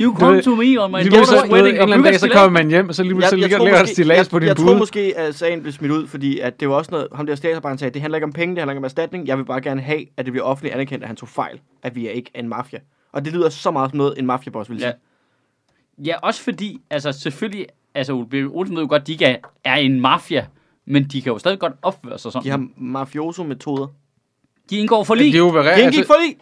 You
come
come
ved-
to me on my
Lige pludselig,
daughter's
så, wedding,
wedding.
en eller anden dag, så kommer man hjem, og så lige pludselig ligger ligger der et stilas
jeg,
på din
jeg tror
pude.
måske, at sagen blev smidt ud, fordi at det var også noget, ham der statsarbejden sagde, det handler ikke om penge, det handler ikke om erstatning, jeg vil bare gerne have, at det bliver offentligt anerkendt, at han tog fejl, at vi er ikke en mafia. Og det lyder så meget som noget, en mafiaboss ville
Ja.
sige.
Ja, også fordi, altså selvfølgelig, altså Ole Birk Olsen ved jo godt, de ikke er, er en mafia, men de kan jo stadig godt opføre sig sådan.
De har mafioso-metoder.
De indgår for
Det
lige.
er jo hvad
Det indgik for lige!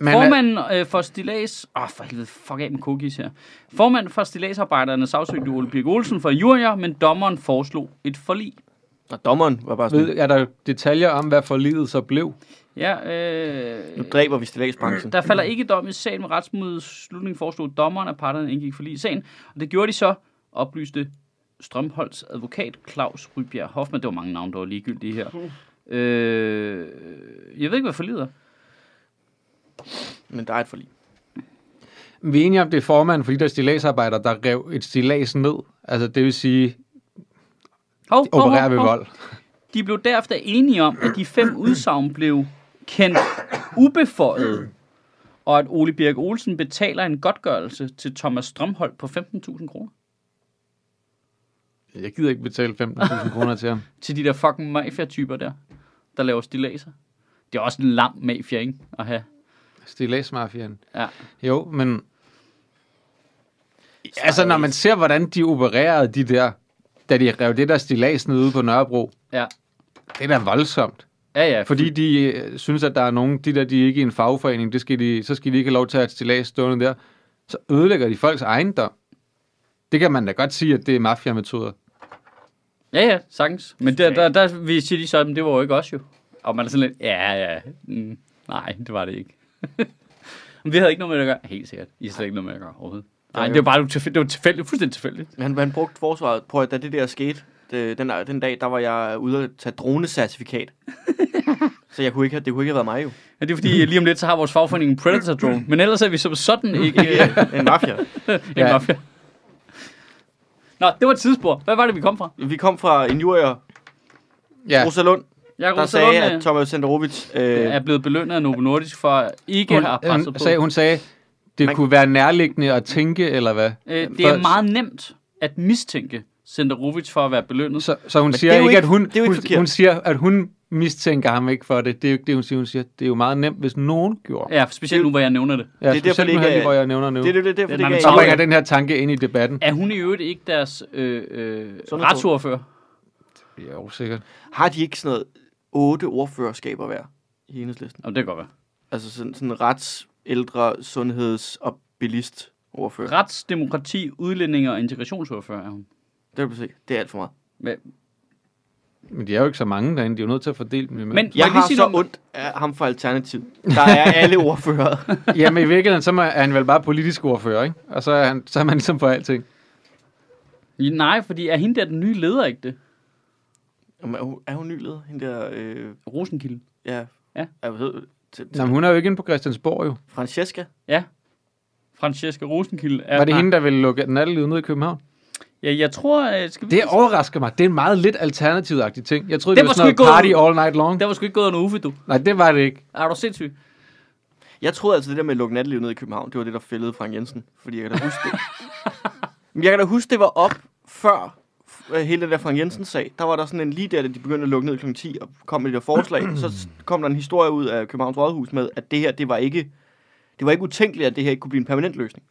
man, er-
Formanden øh, for Stilas... Åh, oh, for helvede, fuck af med cookies her. Formanden for Stilasarbejderne sagsøgte Ole Birk Olsen for junior, men dommeren foreslog et forlig.
Og dommeren var bare sådan,
ved, er der detaljer om, hvad forlivet så blev?
Ja, øh,
nu dræber vi stillagsbranchen.
der falder ikke dom i sagen med retsmødets slutning, foreslog dommeren, at parterne indgik forlig i sagen. Og det gjorde de så, oplyste Strømholds advokat Claus Rybjerg Hoffmann. Det var mange navne, der var ligegyldige her. Øh, jeg ved ikke, hvad forliget er.
Men der er et forlig.
Vi er enige om, det er formanden for de der stilagsarbejdere, der rev et stilas ned. Altså, det vil sige,
Hov, hov,
opererer
hov,
ved
hov.
vold.
De blev derefter enige om, at de fem udsagn blev kendt ubeføjet, og at Ole Birk Olsen betaler en godtgørelse til Thomas Strømhold på 15.000 kroner.
Jeg gider ikke betale 15.000 kroner til ham.
Til de der fucking mafia-typer der, der laver stilaser. Det er også en lam mafia, ikke? At have.
Stilagsmafian.
Ja.
Jo, men... Altså, når man ser, hvordan de opererede de der, da de rev det der stilas ned ude på Nørrebro,
Ja,
det er da voldsomt.
ja. ja.
Fordi de øh, synes, at der er nogen, de der, de er ikke er i en fagforening, det skal de, så skal de ikke have lov til at have et stilas stående der. Så ødelægger de folks ejendom. Det kan man da godt sige, at det er mafiametoder.
Ja, ja, sagtens. Men der, der, der vi siger de så, at det var jo ikke os jo. Og man er sådan lidt, ja, ja, mm, nej, det var det ikke. Men vi havde ikke noget med det at gøre. Helt sikkert. I har slet ikke noget med det at gøre overhovedet. Nej,
jo.
det var bare tilfældigt. Det var tilfældigt. Fuldstændig tilfældigt.
Men han, han brugte forsvaret på, at da det der skete, det, den, den dag, der var jeg ude at tage dronecertifikat. så jeg kunne ikke, have- det kunne ikke have været mig jo.
Ja, det er fordi, lige om lidt, så har vores fagforening en Predator drone. Men ellers er vi som sådan ikke øh,
En mafia.
en
Ja.
mafia. Nå, det var et tidsspor. Hvad var det, vi kom fra?
Vi kom fra injurier
Ja,
Rosalund,
Jeg
der sagde, at Thomas Senderovic... Øh,
er blevet belønnet af Novo Nordisk for at ikke at have
hun,
presset
hun,
på.
sagde, hun sagde, det
Man-
kunne være nærliggende at tænke, eller hvad?
Øh, det er
For-
meget nemt at mistænke Senderovic for at være belønnet.
Så, så hun
det
siger
er jo
ikke,
ikke-
at hun,
det er jo ikke
hun,
forkert.
hun siger, at hun mistænker ham ikke for det. Det er jo ikke det, hun siger. Hun siger, det er jo meget nemt, hvis nogen gjorde.
Ja, specielt nu, hvor jeg nævner det.
Ja,
det er derfor,
specielt
det
nu
ikke
her, lige,
er-
hvor jeg nævner nu.
Det er det, det, det,
Den
det, det,
er
det,
Så
Nå,
bringer
ja.
den her tanke ind i debatten.
Er hun i øvrigt ikke deres øh, øh, retsordfører?
Jo, sikkert.
Har de ikke sådan noget otte ordførerskaber hver i enhedslisten?
Jamen, det kan godt være.
Altså sådan, sådan rets, ældre, sundheds- og bilist ordfører.
Rets, demokrati, udlændinge og integrationsordfører er hun.
Det vil du se. Det er alt for meget.
Men,
Men de er jo ikke så mange derinde, de er jo nødt til at fordele dem. imellem.
Men- Må jeg
Jeg
lige
har
sige
så
noget?
ondt af ham fra Alternativ. Der er alle ordfører.
Jamen i virkeligheden, så er han vel bare politisk ordfører, ikke? Og så er, han, så er man ligesom på alting.
Nej, fordi er hende der den nye leder, ikke det?
Jamen, er, hun, er hun ny leder? Hende der, øh,
Rosenkilde.
ja,
Ja.
Er, hvad hedder, til, til
Jamen, hun er jo ikke inde på Christiansborg, jo.
Francesca?
Francesca Rosenkilde. Er,
Var det
nej.
hende, der ville lukke den alle ned i København?
Ja, jeg tror... øh, Skal vi...
Det overrasker mig. Det er en meget lidt alternativagtig ting. Jeg troede, det,
Den
det var
var
sådan
sgu
noget party
ikke
all night long.
Der var sgu ikke gået en uffe, du.
Nej, det var det ikke.
Er du sindssyg?
Jeg troede altså, det der med at lukke nattelivet ned i København, det var det, der fældede Frank Jensen. Fordi jeg kan da huske det. Men jeg kan da huske, det var op før f- øh, hele den der Frank Jensen-sag. Der var der sådan en lige der, da de begyndte at lukke ned kl. 10 og kom med det der forslag. Så s- kom der en historie ud af Københavns Rådhus med, at det her, det var ikke, det var ikke utænkeligt, at det her ikke kunne blive en permanent løsning.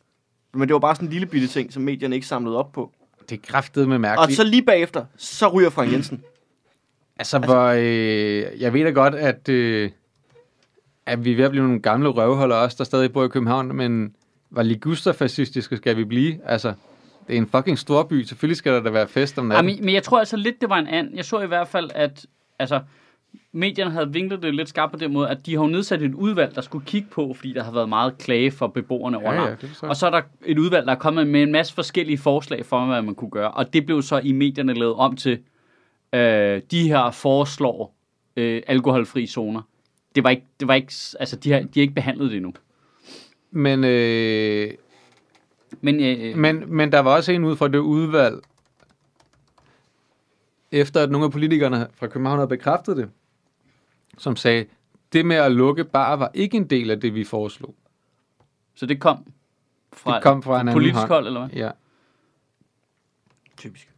Men det var bare sådan en lille bitte ting, som medierne ikke samlede op på.
Det er kraftet med
Og
mærkeligt.
så
Så...
lige bagefter, så ryger Frank Jensen.
Altså, hvor, øh, jeg ved da godt, at, øh, at vi er ved at blive nogle gamle røvholder også, der stadig bor i København, men hvor ligusterfascistiske skal vi blive? Altså, det er en fucking stor by. Selvfølgelig skal der da være fest om natten.
Jamen, men jeg tror altså lidt, det var en anden. Jeg så i hvert fald, at altså, medierne havde vinklet det lidt skarpt på den måde, at de har jo nedsat et udvalg, der skulle kigge på, fordi der har været meget klage for beboerne over
Ja, ja,
larm.
det forstår jeg.
Og så er der et udvalg, der er kommet med en masse forskellige forslag for, hvad man kunne gøre. Og det blev så i medierne lavet om til, øh, de her foreslår øh, alkoholfri zoner. Det var ikke, det var ikke, altså de har, de har ikke behandlet det endnu.
Men, øh,
Men, øh,
Men, men der var også en ud fra det udvalg, efter at nogle af politikerne fra København havde bekræftet det, som sagde, det med at lukke bar var ikke en del af det, vi foreslog.
så det kom fra,
Det kom fra en anden
politisk
hånd.
hold, eller hvad?
Ja.
Typisk.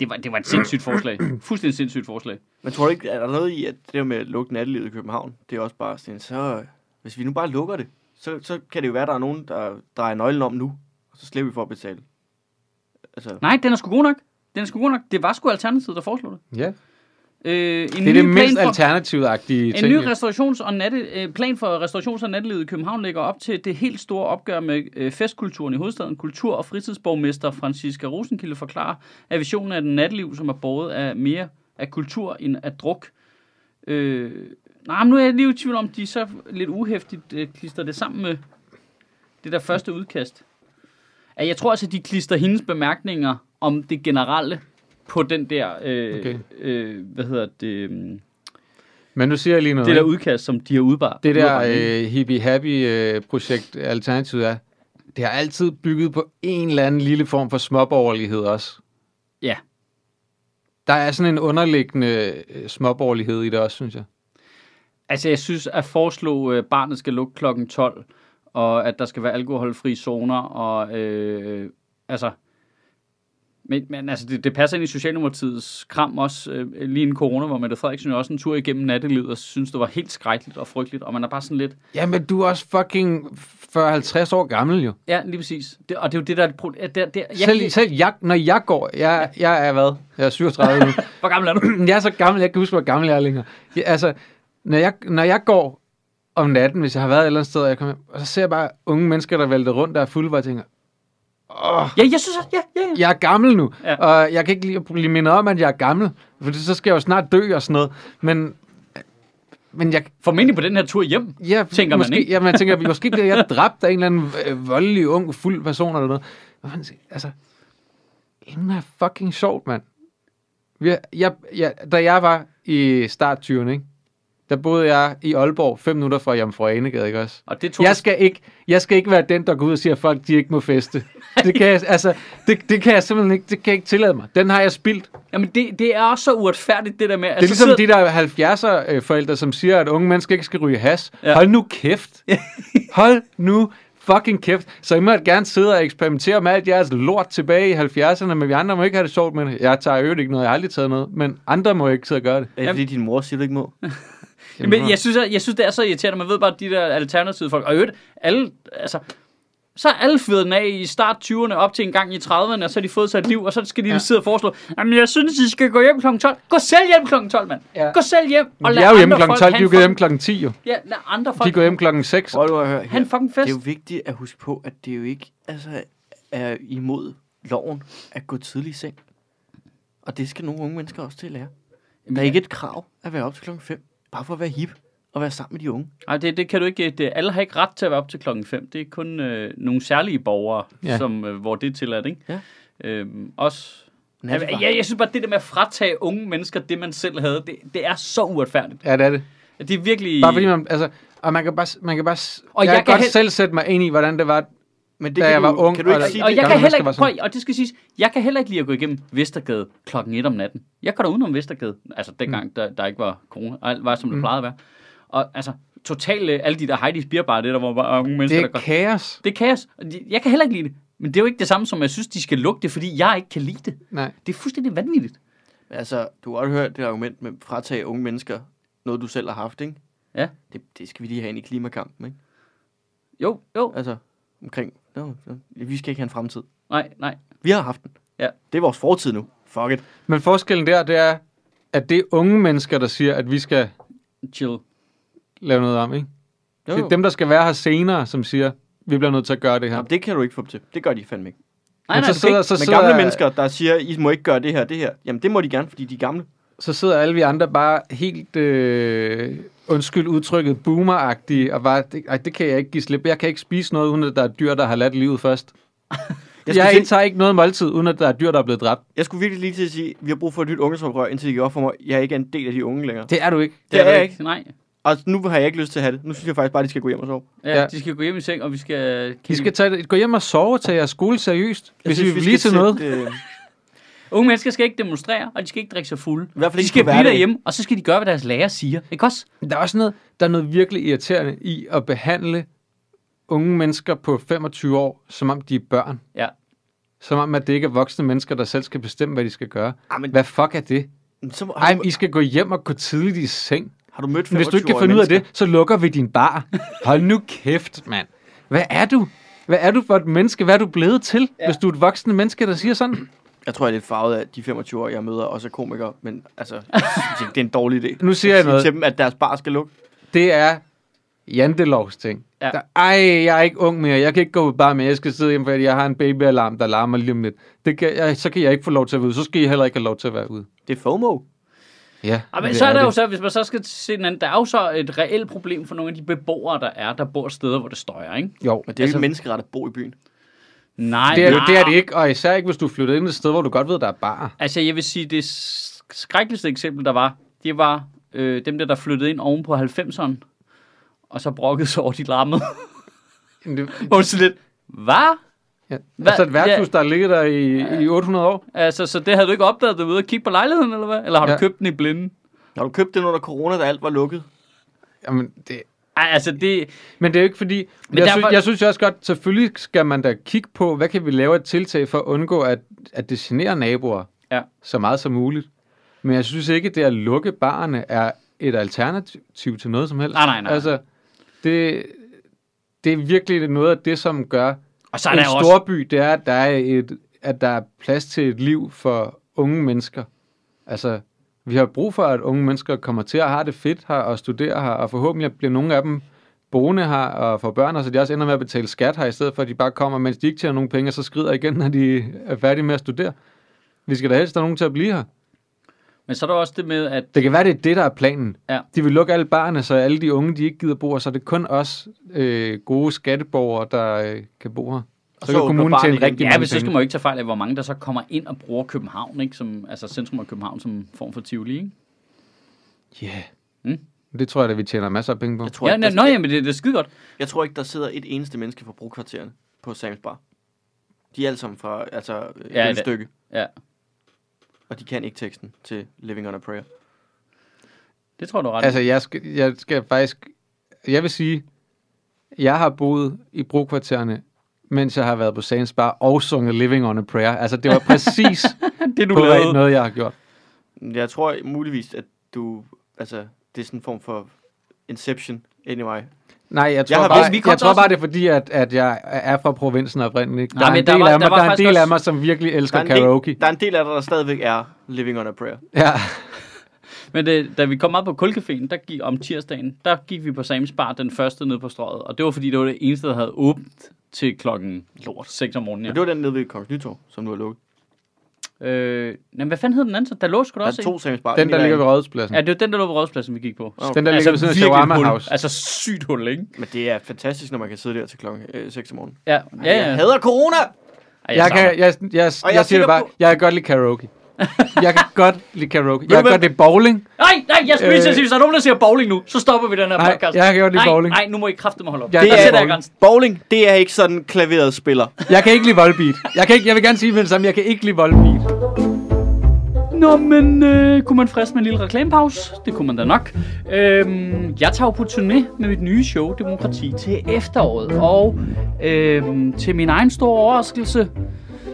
Det var, det var et sindssygt forslag. Fuldstændig sindssygt forslag.
Men tror du ikke, er der noget i, at det der med at lukke nattelivet i København, det er også bare sådan, så hvis vi nu bare lukker det, så, så kan det jo være, at der er nogen, der drejer nøglen om nu, og så slipper vi for at betale. Altså,
Nej, den er sgu god nok. Den er sgu god nok. Det var sgu Alternativet, der foreslog det.
ja.
Øh, en
Det er
ny
det mindst
plan for,
alternativagtige
En
ting.
ny
jo.
restaurations- og natte, øh, plan for restaurations- og nattelivet i København lægger op til det helt store opgør med øh, festkulturen i hovedstaden. Kultur- og fritidsborgmester Franziska Rosenkilde forklarer, at visionen af den natteliv, som er båret af mere af kultur end af druk. Øh, nej, men nu er jeg lige i tvivl om, de så lidt uhæftigt øh, klister det sammen med det der første udkast. At jeg tror altså, de klister hendes bemærkninger om det generelle på den der, øh,
Okay.
okay. øh, hvad hedder det... Øh,
Men nu siger jeg lige noget.
det der
ikke?
udkast, som de har udbar.
det
udarbejdet,
der øh, hippie-happy-projekt, Alternativet er, det har altid bygget på en eller anden lille form for småborgerlighed også.
Ja.
Der er sådan en underliggende øh, småborgerlighed i det også, synes jeg.
Altså, jeg synes, at foreslå, at barnet skal lukke klokken 12, og at der skal være alkoholfri zoner, og øh, altså... Men, men altså, det, det passer ind i Socialdemokratiets kram også, øh, lige inden corona, hvor Mette Frederiksen jo også en tur igennem nattelivet, og synes, det var helt skrækkeligt og frygteligt, og man er bare sådan lidt...
Jamen, du er også fucking 40-50 år gammel, jo.
Ja, lige præcis. Det, og det er jo det, der er et problem. Ja, der, der, jeg,
selv, selv jeg, når jeg går, jeg, jeg er hvad? Jeg er 37 nu.
hvor gammel er du?
jeg er så gammel, jeg kan huske, hvor gammel jeg er længere. Ja, altså, når jeg, når jeg går om natten, hvis jeg har været et eller andet sted, og jeg kommer hjem, og så ser jeg bare unge mennesker, der vælter rundt, der er fulde, hvor jeg tænker,
Ja, jeg synes også... Ja, ja, ja.
jeg er gammel nu, ja.
Ja.
og jeg kan ikke lige blive mindet om, at jeg er gammel, for så skal jeg jo snart dø og sådan noget. Men, men jeg,
Formentlig på den her tur hjem.
Ja,
Tænker man,
måske,
ikke?
Ja, man tænker, måske bliver jeg dræbt af en eller anden øh, voldelig, ung, fuld person eller noget. Hvad fanden siger- Altså, ingen er fucking sjovt, mand. Jeg, jeg, jeg, da jeg var i start 20'erne, ikke? der boede jeg i Aalborg, fem minutter fra Jomfru Anegade, ikke også?
Og det tog
Jeg skal, ikke, jeg skal ikke være den, der går ud og siger, at folk de ikke må feste. Det kan jeg, altså, det, det kan jeg simpelthen ikke, det kan jeg ikke tillade mig. Den har jeg spildt.
Jamen, det, det er også så uretfærdigt, det der med... Altså,
Det er ligesom de der 70'er øh, forældre, som siger, at unge mennesker ikke skal ryge has. Ja.
Ja.
Hold nu kæft. Hold nu fucking kæft. Så I må gerne sidde og eksperimentere med alt jeres lort tilbage i 70'erne, men vi andre må ikke have det sjovt med det. Jeg tager i øvrigt ikke noget, jeg har aldrig taget noget, men andre må ikke sidde og gøre det.
er det fordi, din mor siger, du ikke må?
Altså, Jamen, men jeg synes, jeg, jeg synes, det er så irriterende. Man ved bare, at de der alternative folk... Og i øvrigt, alle, altså, så er alle fyret den af i start 20'erne op til en gang i 30'erne, og så har de fået sig et liv, og så skal de
Ja.
ja. sidde og foreslå, jamen jeg synes, I skal gå hjem kl. 12. Gå selv hjem kl. 12, mand.
Ja.
Ja. Gå selv hjem.
Men de
lad
er jo hjemme
andre
kl.
folk
12, de
have
er jo
en
gået
fucking-
hjem kl. 10 jo.
Ja, lad andre
De
folk...
går hjem kl. 6.
Prøv nu at høre her.
Han fucking fest.
Det er jo vigtigt at huske på, at det er jo ikke altså, er imod loven at gå tidlig i seng. Og det skal nogle unge mennesker også til at lære. Der er ikke et krav at være op til klokken 5, bare for at være hip og være sammen med de unge.
Nej, det, det kan du ikke. Det, alle har ikke ret til at være op til klokken 5. Det er kun øh, nogle særlige borgere,
Ja.
ja. som, øh, hvor det er tilladt, ikke?
Ja.
Øhm, også...
Nej,
Jeg, jeg, jeg synes bare, det der med at fratage unge mennesker det, man selv havde, det, det er så uretfærdigt.
Ja, det er det.
Det er virkelig...
Bare fordi man, altså, og man kan bare, s- man kan bare, s-
Og
jeg,
jeg
kan
kan
godt
hel-
selv sætte mig ind i, hvordan det var.
Men
da jeg var ung,
kan du ikke
og-
sige
og
det?
jeg
gamle
kan heller
mennesker var
ikke, prøv,
sådan.
og det skal siges, jeg kan heller ikke lide at gå igennem Vestergade klokken 1 om natten. Jeg går da udenom Vestergade, altså dengang, der, der ikke var corona, og alt var, som det plejede at være. Og altså, totalt øh, alle de der Heidi's Bierbar, det der, hvor bare unge mennesker,
Det
der går.
er kaos.
Det er kaos. Og de- Jeg kan heller ikke lide det. Men det er jo ikke det samme som, at jeg synes, de skal lukke det, fordi jeg ikke kan lide det.
Nej.
Det er fuldstændig vanvittigt.
Altså, du har godt hørt det argument med at fratage unge mennesker noget, du selv har haft, ikke?
Ja.
Det, det skal vi lige have ind i klimakampen, ikke?
Jo, jo.
Altså, omkring... No, no, vi skal ikke have en fremtid.
Nej, nej.
Vi har haft den.
Ja.
Det er vores fortid nu. Fuck it.
Men forskellen der, det er, at det er unge mennesker, der siger, at vi skal
Chill.
lave noget om, ikke?
Jo,
Det er dem, der skal være her senere, som siger, vi bliver nødt til at gøre det her.
Jamen, det kan du ikke få dem til. Det gør de fandme ikke.
Nej,
Men
nej, du
så
kan
sidder,
ikke.
så,
Men gamle
sidder,
mennesker, der siger, I må ikke gøre det her, det her. Jamen, det må de gerne, fordi de er gamle.
så sidder alle vi andre bare helt, øh, undskyld udtrykket, boomeragtige, og bare, det, ej, det kan jeg ikke give slip. Jeg kan ikke spise noget, uden at der er dyr, der har ladt livet først.
Jeg
Jeg,
skulle,
jeg
jeg,
indtager ikke noget måltid, uden at der er dyr, der er blevet dræbt.
jeg skulle virkelig lige til at sige, vi har brug for et nyt ungdomsoprør, indtil det gik op for mig. Jeg er ikke en del af de unge længere.
Det er du ikke.
Det er
du
jeg ikke.
Nej.
Og nu har jeg ikke lyst til at have det. Nu synes jeg faktisk bare, de skal gå hjem og sove.
Ja,
Ja.
De skal gå hjem i seng, og vi skal...
I skal tage, det- gå hjem og sove til jeres skole seriøst,
Jeg
hvis I
synes,
vil blive
skal
til noget.
sætte, øh,
Unge mennesker skal ikke demonstrere, og de skal ikke drikke sig fulde.
I hvert fald
De
ikke
skal
på
blive
hverdag.
derhjemme, og så skal de gøre, hvad deres lærer siger. Ikke også?
Der er også noget, der er noget virkelig irriterende i at behandle unge mennesker på 25 år, som om de er børn.
Ja.
Som om, at det ikke er voksne mennesker, der selv skal bestemme, hvad de skal gøre.
Ah, men-
Hvad fuck er det?
Så, har,
Ej,
du,
I skal gå hjem og gå tidligt i seng.
har du mødt 25
Hvis du ikke kan finde ud af det, så lukker vi din bar. Hold nu kæft, mand. Hvad er du? Hvad er du for et menneske? Hvad er du blevet til, ja. hvis du er et voksen menneske, der siger sådan?
Jeg tror, jeg er lidt farvet af, at de 25 år, jeg møder, også er komikere. Men altså, jeg synes ikke, det er en dårlig idé.
Nu siger jeg
Sige
noget.
til dem, at deres bar skal lukke.
Det er jantelovs ting.
Ja.
Ja. Der, ej, jeg er ikke ung mere. Jeg kan ikke gå ud bare med. Jeg skal sidde hjemme, fordi jeg har en babyalarm, der larmer lige om lidt. Det kan, jeg, så kan jeg ikke få lov til at være ude. Så skal I heller ikke have lov til at være ude.
Det er FOMO.
Ja,
Ja, Ah, men
det
så er der
det.
jo så, hvis man så skal se den anden, der er jo så et reelt problem for nogle af de beboere, der er, der bor steder, hvor det støjer, ikke?
Jo,
Men det er jo Altså, ikke menneskeret at bo i byen.
Nej,
det er,
nej.
det er det ikke. Og især ikke, hvis du flytter ind et sted, hvor du godt ved, der er bar.
Altså, jeg vil sige, det sk- skrækkeligste eksempel, der var, det var øh, dem der, der flyttede ind oven på 90'eren, og så brokkede sig over de larmede.
Jamen, Det,
Hvor man sådan lidt, hvad?
ja.
Hvad-
Altså et værtshus, der har ligget der i, i 800 år.
Altså, så det havde du ikke opdaget, du ved at kigge på lejligheden, eller hvad? Eller har
Ja.
du købt den i blinde?
Har du købt den under corona, da alt var lukket?
Jamen, det,
Ej, altså, det...
Men det er jo ikke fordi... Men
Men
jeg, derfor...
derfor-
synes, jeg synes jo også godt, selvfølgelig skal man da kigge på, hvad kan vi lave af tiltag for at undgå, at, at det generer naboer
Ja.
så meget som muligt. Men jeg synes ikke, det at lukke barerne er et alternativ til noget som helst.
Nej, nej, nej.
Altså, det, det er virkelig noget af det, som gør
Og så er
en
der
der
jo også...
storby, det er, at der er, et, at der er plads til et liv for unge mennesker. Altså, vi har brug for, at unge mennesker kommer til at have det fedt her og studere her, og forhåbentlig bliver nogle af dem boende her og får børn, og så de også ender med at betale skat her, i stedet for at de bare kommer, mens de ikke tjener nogen penge, og så skrider igen, når de er færdige med at studere. Vi skal da helst have nogen til at blive her.
Men så er der også det med, at...
Det kan være, det er det, der er planen.
Ja.
De vil lukke alle barne, så alle de unge, de ikke gider bo her, så er det kun os øh, gode skatteborgere, der øh, kan bo her. Så,
så
så kan
åbner
kommunen
barnet
tjene
igen.
rigtig
Ja,
mange
men så
penge.
skal man jo ikke tage fejl af, hvor mange der så kommer ind og bruger København, ikke? Som, altså centrum af København som form for Tivoli, ikke?
Ja. Yeah.
Mm.
Det tror jeg da, vi tjener masser af penge på. altså,
Jeg tror,
Ja,
ikke, der,
nej, nå, jamen, det, det er skide godt.
jeg tror ikke, der sidder et eneste menneske fra brugkvartererne på Sams Bar. De er alle sammen fra altså,
Ja,
ja, et
det-
stykke,
Ja,
og de kan ikke teksten til Living on a Prayer.
det tror jeg, du er ret. i.
Altså, jeg skal, jeg skal faktisk... Jeg vil sige, jeg har boet i brokvartererne, mens jeg har været på Sands Bar og sunget Living on a Prayer. Altså, det var præcis
det
Altså, på vej noget, jeg har gjort.
Jeg tror muligvis, at du... Altså, det er sådan en form for Inception, anyway.
Nej, jeg tror,
har
jeg
vist-
bare,
vi
jeg
kom der
tror
også-
bare, det er fordi, at, at jeg er fra provinsen oprindeligt. Der,
Nej,
er en
men der
del
var-
af mig,
der var
der er en
faktisk
del af
også-
mig, som virkelig
Der er,
elsker
en
karaoke.
Del, der er en del af dig, der stadigvæk er Living on a Prayer.
Ja.
Men det, da vi kom op på Kulcaféen, der gik om tirsdagen, der gik vi på Sams Bar den første nede på strøget. Og det var fordi, det var det eneste, der havde åbent til klokken lort, 6 om morgenen.
Men
Ja.
det var den nede ved Kongens Nytorv, som nu er lukket.
Øh, men hvad fanden hed den anden så? Der lå sgu da
Der
også
er to Sam's Bar.
Den, der ligger ved
ved
rådhuspladsen.
Ja, det var den, der lå på rådspladsen, vi gik på. Altså,
Okay.
Den, der ligger ved siden af
virkelig
Shawarma
hul.
House.
Altså sygt hul, ikke?
Men det er fantastisk, når man kan sidde der til klokken øh, 6 om morgenen.
Ja, ja, ja.
Jeg hader corona!
Ej,
Jeg,
savner-
kan, jeg, jeg, jeg,
er
jeg siger
sikker
det bare,
på-
jeg kan godt lide karaoke. Jeg kan godt lide karaoke.
du
Jeg kan
hvad?
godt lide bowling.
Nej, nej, jeg skulle lige til at
Øh.
sige, hvis der er nogen, der siger bowling nu, så stopper vi den her
Nej,
podcast.
jeg kan godt lide
nej,
bowling.
Nej, nu må I kraftedeme holde op.
Jeg
Jeg
kan
det er, sætter
godt lide
jeg
bowling.
grænsen.
Bowling, det er ikke sådan, klaveret spiller.
Jeg kan ikke lide voldbeat. Jeg, kan ikke, jeg vil gerne sige med det samme, jeg kan ikke lide voldbeat.
Nå, men øh, kunne man friste med en lille reklamepause? Det kunne man da nok. Øhm, jeg tager jo på turné med mit nye show, Demokrati, til efteråret. Og øhm, til min egen store overraskelse,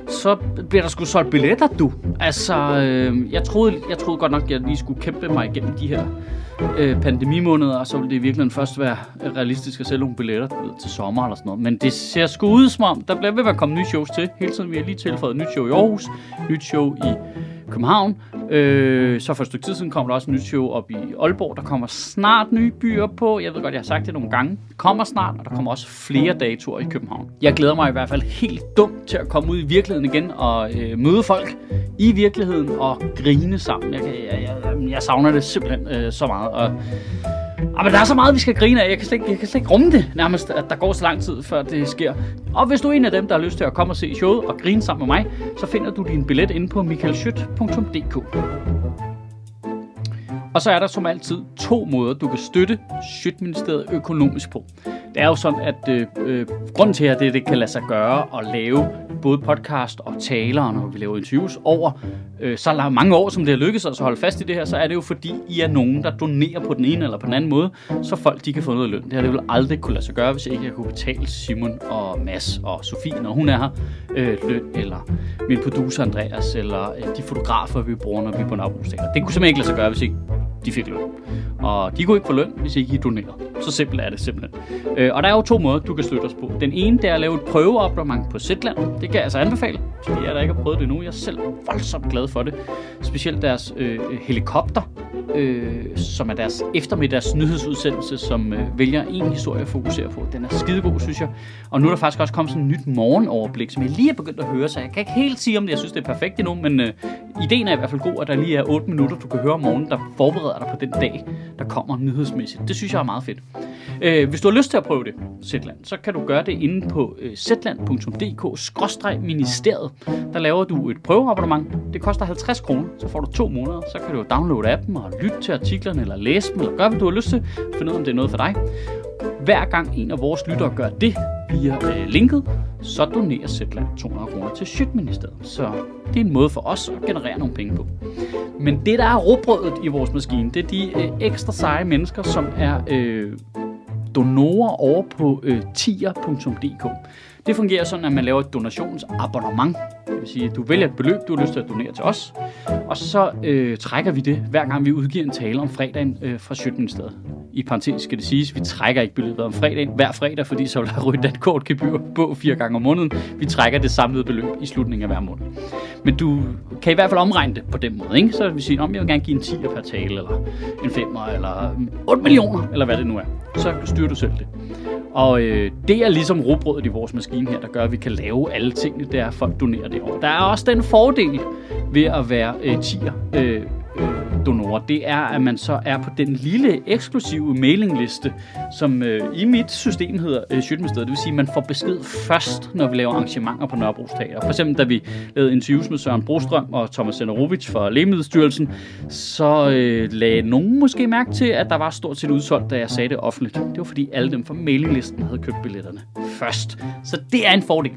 så bliver der sgu solgt billetter, du. Altså, øh, jeg, troede, jeg troede godt nok, at jeg lige skulle kæmpe mig igennem de her øh, pandemimåneder, og så ville det i virkeligheden først være øh, realistisk at sælge nogle billetter du ved, til sommer eller sådan noget. Men det ser sgu ud som om, der bliver ved med at komme nye shows til. Hele tiden vi har lige tilføjet et nyt show i Aarhus, nyt show i København. Øh, så for et stykke tid siden kom der også et nyt show op i Aalborg. Der kommer snart nye byer på. Jeg ved godt, jeg har sagt det nogle gange. Kommer snart, og der kommer også flere datoer i København. Jeg glæder mig i hvert fald helt dumt til at komme ud i virkeligheden igen og øh, møde folk i virkeligheden og grine sammen. Jeg, kan- jeg, jeg, jeg, jeg savner det simpelthen øh, så meget. Og, Ah, men der er så meget, vi skal grine af. Jeg kan, slet ikke, jeg kan slet ikke rumme det nærmest, at der går så lang tid, før det sker. Og hvis du er en af dem, der har lyst til at komme og se showet og grine sammen med mig, så finder du din billet inde på michaelschødt.dk. Og så er der som altid to måder, du kan støtte Sjøtministeriet økonomisk på. Det er jo sådan, at øh, øh, grunden til, at det, det kan lade sig gøre at lave både podcast og taler, når vi laver interviews, over øh, så la- mange år, som det har lykkedes os at holde fast i det her, så er det jo fordi, I er nogen, der donerer på den ene eller på den anden måde, så folk de kan få noget løn. Det har det vel aldrig kunne lade sig gøre, hvis ikke jeg kunne betale Simon og Mads og Sofie, når hun er her, øh, løn, eller min producer Andreas, eller øh, de fotografer, vi bruger, når vi er på Nørrebro Teater. Det kunne simpelthen ikke lade sig gøre, hvis ikke de fik løn. Og de kunne ikke få løn, hvis ikke I donerede. Så simpelt er det simpelthen. Øh, og der er jo to måder, du kan støtte os på. Den ene, det er at lave et prøveabonnement på Zetland. Det kan jeg altså anbefale til jer, der ikke har prøvet det endnu. Jeg er selv voldsomt glad for det. Specielt deres øh, helikopter, øh, som er deres eftermiddags nyhedsudsendelse, som øh, vælger en historie at fokusere på. Den er skidegod, synes jeg. Og nu er der faktisk også kommet sådan et nyt morgenoverblik, som jeg lige er begyndt at høre, så jeg kan ikke helt sige, om jeg synes, det er perfekt endnu, men øh, ideen er i hvert fald god, at der lige er 8 minutter, du kan høre om morgenen, der forbereder dig på den dag, der kommer nyhedsmæssigt. Det synes jeg er meget fedt. Øh, hvis du har lyst til at prøve det, Zetland, så kan du gøre det inde på øh, zetland.dk-ministeriet. Der laver du et prøveabonnement. Det koster 50 kroner, så får du to måneder. Så kan du downloade appen og lytte til artiklerne, eller læse dem, eller gøre, hvad du har lyst til. Find ud af, om det er noget for dig. Hver gang en af vores lyttere gør det via øh, linket, så donerer Zetland 200 kroner til Sjøtministeriet. Så det er en måde for os at generere nogle penge på. Men det, der er råbrødet i vores maskine, det er de øh, ekstra seje mennesker, som er øh, donorer over på øh, tier.dk. Det fungerer sådan, at man laver et donationsabonnement. Det vil sige, at du vælger et beløb, du har lyst til at donere til os. Og så øh, trækker vi det, hver gang vi udgiver en tale om fredagen øh, fra Sjøtministeriet. I parentes skal det siges, vi trækker ikke beløbet om fredagen hver fredag, fordi så vil der ryge et kort gebyr på fire gange om måneden. Vi trækker det samlede beløb i slutningen af hver måned. Men du kan i hvert fald omregne det på den måde, ikke? Så vil vi sige, om jeg vil gerne give en 10'er per tale, eller en 5'er, eller 8 millioner, eller hvad det nu er. Så styrer du selv det. Og øh, det er ligesom robrødet i vores maskine her, der gør, at vi kan lave alle tingene, der er folk donerer det over. Der er også den fordel ved at være øh, 10'er øh, øh, donorer, det er, at man så er på den lille eksklusive mailingliste, som øh, i mit system hedder øh, Sjøtministeriet. Det vil sige, at man får besked først, når vi laver arrangementer på Nørrebro Teater. For eksempel, da vi lavede interviews med Søren Brostrøm og Thomas Senderovic fra Lægemiddelstyrelsen, så øh, lagde nogen måske mærke til, at der var stort set udsolgt, da jeg sagde det offentligt. Det var fordi alle dem fra mailinglisten havde købt billetterne først. Så det er en fordel.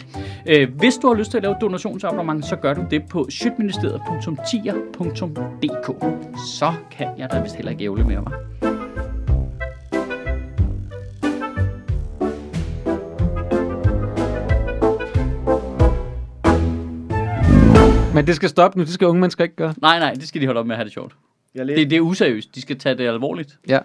Øh, hvis du har lyst til at lave et donationsabonnement, så gør du det på sjøtministeriet.tier.dk. Så kan jeg da vist heller ikke ævle mere, var.
Men det skal stoppe nu, det skal unge mennesker ikke gøre.
Nej, nej, det skal de holde op med at have det sjovt.
Jeg
Det, det er useriøst. De skal tage det alvorligt.
Ja.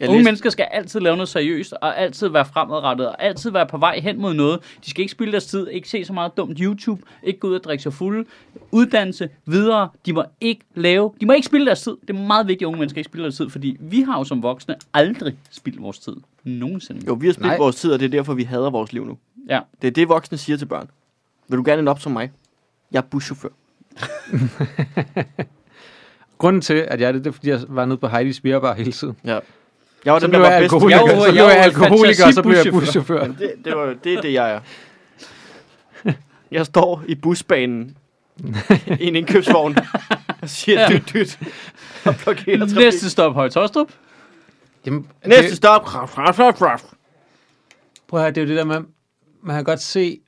jeg
Unge
læste,
mennesker skal altid lave noget seriøst, og altid være fremadrettet, og altid være på vej hen mod noget. De skal ikke spilde deres tid, ikke se så meget dumt YouTube, ikke gå ud og drikke sig fulde, uddannelse, videre. De må ikke lave, de må ikke spilde deres tid. Det er meget vigtigt, at unge mennesker ikke spilder deres tid, fordi vi har jo som voksne aldrig spildt vores tid. Nogensinde.
jo, vi
Nej.
har spildt vores tid, og det er derfor, vi hader vores liv nu.
Ja.
Det er det, voksne siger til børn. Vil du gerne ind op som mig? Jeg er buschauffør.
Grunden til, at jeg er det, det er, fordi jeg var nede på Heidi's Beerbar hele tiden.
Ja. Jeg var
Så
den,
blev
der
jeg
var bedst.
alkoholiker,
Jeg var-
så
jeg
blev jeg
var
alkoholiker, og så blev jeg
fantasibuschauffør.
buschauffør.
Det, det, var, det er det, jeg er. Jeg står i busbanen i en indkøbsvogn og siger dyt, dyt. Og blokerer trafik.
Næste stop, Høje Tostrup.
Jamen,
Næste
Næste.
stop.
Det, prøv at høre, det er jo det der med, man kan godt se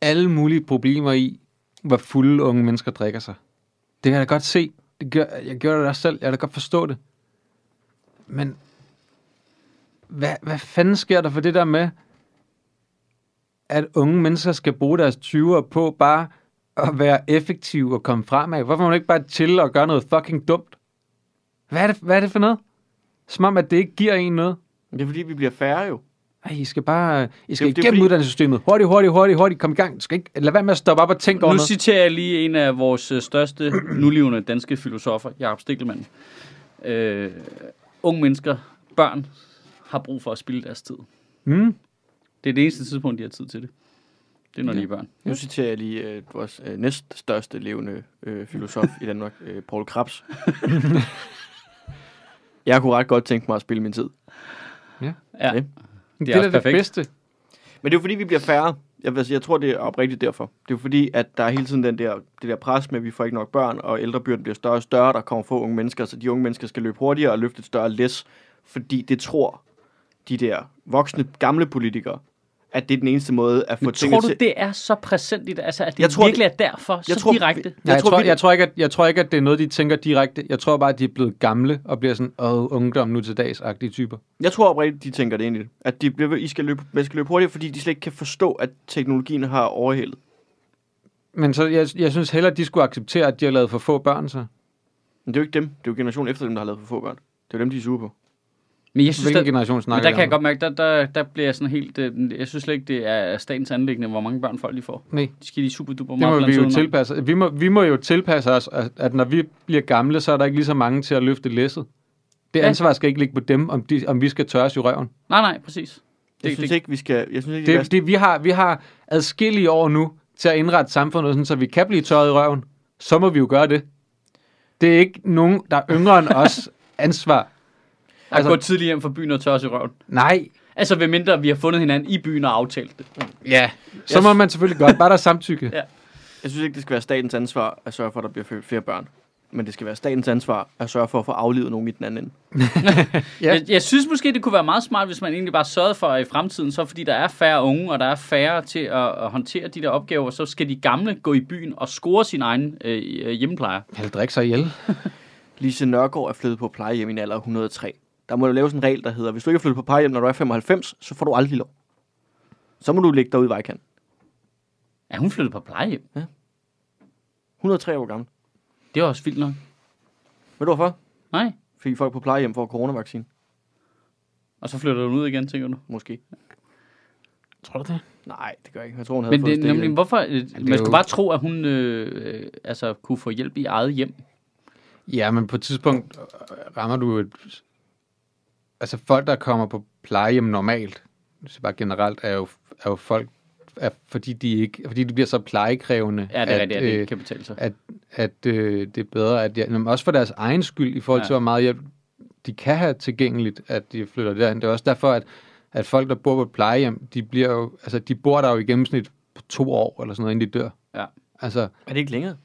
alle mulige problemer i, hvor fulde unge mennesker drikker sig. Det kan jeg da godt se. Det gør, jeg gjorde det også selv. Jeg kan da godt forstå det. Men hvad, hvad fanden sker der for det der med, at unge mennesker skal bruge deres 20'er på bare at være effektive og komme fremad? Hvorfor må man ikke bare chille og gøre noget fucking dumt? Hvad er det, hvad er det for noget? Som om, at det ikke giver en noget.
Det er fordi, vi bliver færre jo.
Ej, I skal bare I skal
Det er- det er
igennem
fordi-
uddannelsessystemet. Hurtigt, hurtigt, hurtigt, hurtigt. Kom i gang. Du skal ikke, lad være med at stoppe op og tænke over
Nu
noget.
citerer jeg lige en af vores øh, største nulevende danske filosofer, Jakob Stikkelmann. Øh, unge mennesker, børn, har brug for at spille deres tid.
Mm.
Det er det eneste tidspunkt, de har tid til det. Det er, når de er børn.
Nu citerer jeg lige øh, vores øh, næststørste levende øh, filosof i Danmark, øh, Paul Krabs. jeg kunne ret godt tænke mig at spille min tid.
Ja.
Det.
Det,
også
er da det
perfekt.
bedste.
Men det er jo fordi, vi bliver færre. Jeg, vil altså, jeg tror, det er oprigtigt derfor. Det er jo fordi, at der er hele tiden den der, det der pres med, at vi får ikke nok børn, og ældrebyrden bliver større og større, der kommer få unge mennesker, så de unge mennesker skal løbe hurtigere og løfte et større læs, fordi det tror de der voksne, gamle politikere, at det er den eneste måde at få
Men tror
tingene
du,
til.
det er så præsent i det? Altså, at det
Jeg tror,
virkelig er derfor,
jeg
så
tror-
direkte?
Jeg, jeg,
tror,
tror,
vi-
jeg, tror ikke, at, jeg tror ikke, at det er noget, de tænker direkte. Jeg tror bare, at de er blevet gamle og bliver sådan, åh, ungdom nu til dags-agtige typer.
Jeg tror oprigtigt, de tænker det egentlig. At de bliver, ved- I skal løbe, man skal løbe hurtigere, fordi de slet ikke kan forstå, at teknologien har overhældet.
Men så, jeg, jeg synes hellere, at de skulle acceptere, at de har lavet for få børn, så.
Men det er jo ikke dem. Det er jo generationen efter dem, der har lavet for få børn. Det er jo dem, de er sure på.
Men jeg synes,
Hvilken
der,
generation
men
snakker
der kan
vi
jeg
om?
godt mærke, der, der, der bliver jeg sådan helt... øh, Jeg synes slet ikke, det er statens anlæggende, hvor mange børn folk lige får.
Nej.
De skal lige super duper
Det
meget
må vi
blandes
jo
udenom.
tilpasse. Vi må, vi må jo tilpasse os, at, at når vi bliver gamle, så er der ikke lige så mange til at løfte læsset. Det
Ja.
ansvar skal ikke ligge på dem, om, de, om vi skal tørres i røven.
Nej, nej, præcis.
Jeg synes ikke, vi skal... Jeg synes ikke,
Det, det, vi, har, vi har adskillige år nu til at indrette samfundet, sådan, så vi kan blive tørret i røven. Så må vi jo gøre det. Det er ikke nogen, der er yngre end os ansvar.
At
Altså-
gå tidligt hjem fra byen og tørre os i røven.
Nej.
Altså, ved mindre vi har fundet hinanden i byen og aftalt det.
Ja. Så må man selvfølgelig godt. Bare der er samtykke.
Ja.
Jeg synes ikke, det skal være statens ansvar at sørge for, at der bliver født flere børn. Men det skal være statens ansvar at sørge for at få aflivet nogen i den anden ende.
Ja.
Ja. Jeg, jeg synes måske, det kunne være meget smart, hvis man egentlig bare sørgede for, at i fremtiden, så fordi der er færre unge, og der er færre til at, at håndtere de der opgaver, så skal de gamle gå i byen og score sin egen øh, hjemmeplejer.
Eller drikke sig ihjel.
Lise Nørgaard er flyttet på plejehjem i en alder af 103. Der må du lave sådan en regel, der hedder, hvis du ikke er flyttet på plejehjem, når du er 95, så får du aldrig lov. Så må du ligge derude i vejkanten.
Er hun flyttet på plejehjem?
103 år gammel.
Det er også vildt nok.
Ved du hvorfor?
Nej.
Fordi folk på plejehjem får coronavaccine.
Og så flytter hun ud igen, tænker du.
Måske.
Tror du det?
Nej, det gør jeg ikke. Jeg tror, hun havde
Men
fået
det,
stikket
nemlig,
inden.
hvorfor? øh,
jo-
Man skulle bare tro, at hun øh, øh, altså, kunne få hjælp i eget hjem.
Ja, men på et tidspunkt øh, rammer du et... Altså folk, der kommer på plejehjem normalt, hvis jeg bare generelt, er jo, er jo folk, er, fordi, de ikke, fordi de bliver så plejekrævende.
Ja, det er rigtigt, at det
øh,
ikke kan betale sig.
at, at øh, det er bedre, at de, men også for deres egen skyld, i forhold
Ja.
til, hvor meget hjælp de kan have tilgængeligt, at de flytter derhen. Det er også derfor, at, at folk, der bor på et plejehjem, de, bliver jo, altså, de bor der jo i gennemsnit på to år, eller sådan noget, inden de dør.
Ja.
Altså,
Er det ikke længere?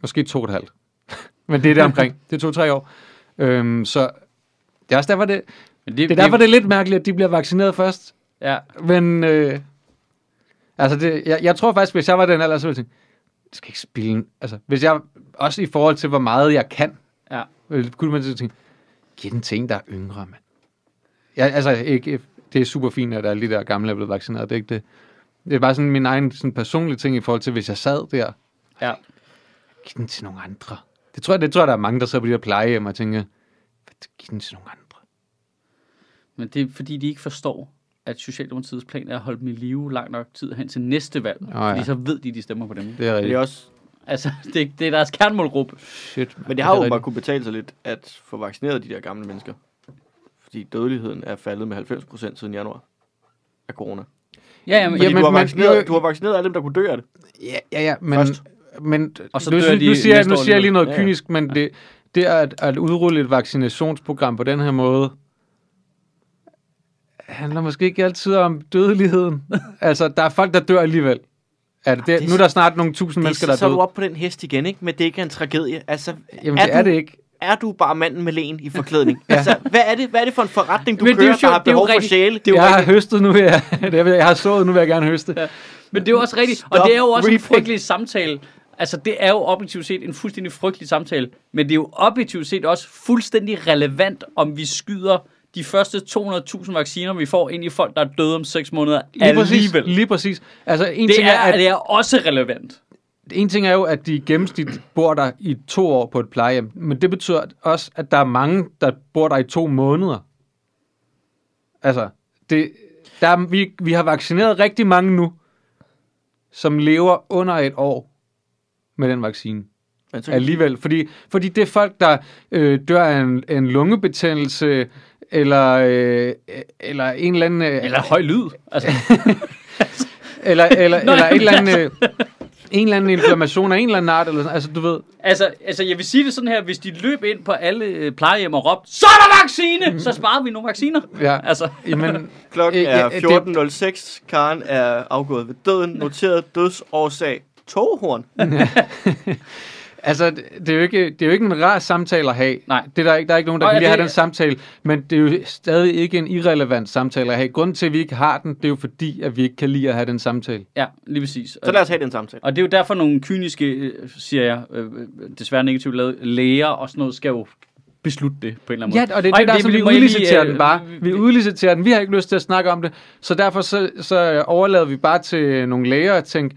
måske to og et halvt. men det er der omkring. Det er to-tre år. Øhm, så det er også derfor, det,
Men
det, er derfor, det er lidt mærkeligt, at de bliver vaccineret først.
Ja.
Men øh, altså det, jeg, jeg tror faktisk, hvis jeg var den alder, så ville jeg tænke, det skal ikke spille. en-" Altså, hvis jeg, også i forhold til, hvor meget jeg kan,
Ja.
øh, kunne man så tænke, giv den ting, der er yngre, mand. Jeg, altså, ikke, det er super fint, at alle de der gamle er blevet vaccineret, det er ikke det. Det er bare sådan min egen sådan personlige ting i forhold til, hvis jeg sad der,
ja.
giv den til nogle andre. Det tror jeg, det tror jeg der er mange, der sidder på de der plejehjem og tænker, giv den til nogle andre.
Men det er fordi, de ikke forstår, at Socialdemokratiets plan er at holde dem i live lang nok tid hen til næste valg. Oh,
ja.
ja. Fordi så ved de, at de stemmer på dem.
Det er
Men det er
rigtigt.
også
Altså, det, det er deres kernemålgruppe.
Shit, mand.
Men det har jo
er
bare
rigtigt.
kunne betale sig lidt at få vaccineret de der gamle mennesker. Fordi dødeligheden er faldet med 90% siden januar af corona.
Ja, ja, men, ja,
Jamen,
Fordi Jamen, du, har
men-
vaccineret,
jo-
du har vaccineret alle dem, der kunne dø af det.
Ja, ja, ja men,
Først.
men
Og så
nu,
dør
synes-
de
nu, siger, jeg,
næste år
nu siger jeg lige
alligevel.
noget
Ja, ja.
kynisk, men det, det er at, at udrulle et vaccinationsprogram på den her måde, handler måske ikke altid om dødeligheden. altså, der er folk, der dør alligevel. Er det, det,
det er
nu er der snart nogle tusind
Det,
mennesker,
så,
der
så
er
er du
døde.
op på den hest igen, ikke? Men det er ikke en tragedie. Altså,
Jamen, det er
du,
det ikke.
er du bare manden med len i forklædning? altså, hvad er, det, hvad er det for en forretning, du
Men det er
kører,
jo
der
sjovt,
har
det er jo
behov for
rigtigt.
sjæle?
Det er jo
Jeg har høstet nu, vil jeg, det vil- jeg har sået, nu vil jeg gerne høste. Ja.
Men det er jo også rigtigt, og
Stop
det er jo også en
ripping.
frygtelig samtale. Altså, det er jo objektivt set en fuldstændig frygtelig samtale, men det er jo objektivt set også fuldstændig relevant, om vi skyder de første 200.000 vacciner, vi får ind i folk, der er døde om 6 måneder
Lige præcis,
alligevel.
lige præcis. Altså, en
Det
ting
er,
er, at
det er også relevant.
En ting er jo, at de i gennemsnit bor der i to år på et plejehjem, men det betyder også, at der er mange, der bor der i to måneder. Altså, det, der er, vi, vi har vaccineret rigtig mange nu, som lever under et år med den vaccine
Men så-
alligevel. Fordi, fordi det er folk, der øh, dør af en, en lungebetændelse, eller, øh, eller en eller anden... Øh,
Eller høj lyd. Altså,
eller, eller,
Nå,
eller
jamen,
en, eller anden, øh, en eller anden inflammation af en eller anden art, eller sådan, altså du ved...
altså, altså, jeg vil sige det sådan her, hvis de løb ind på alle øh, plejehjem og råbte, så er der vaccine! Så sparer vi nogle vacciner.
Ja.
Altså,
Jamen,
Klokken
Øh, ja,
er
det-
14.06. Karen er afgået ved døden. Noteret dødsårsag. Toghorn.
altså, det det er, jo ikke, det er jo ikke en rar samtale at have.
Nej.
Det er der, ikke, der er ikke nogen, der
Nå,
kan
ja,
lide at have
det-
den samtale, men det er jo stadig ikke en irrelevant samtale at have. Grunden til, at vi ikke har den, det er jo fordi, at vi ikke kan lide at have den samtale.
ja, lige præcis.
Så lad os have den samtale.
Og det er jo derfor nogle kyniske, øh, siger jeg, øh, øh, desværre negativt lavet, læger og sådan noget, skal jo beslutte det på en eller anden måde.
Ja, og det er
Ej,
det, der, som
vi
vi
må lige,
udliciterer
øh,
den bare.
vi-
Vi udliciterer den. Vi har ikke lyst til at snakke om det, så derfor så, så øh, overlader vi bare til nogle læger og tænker,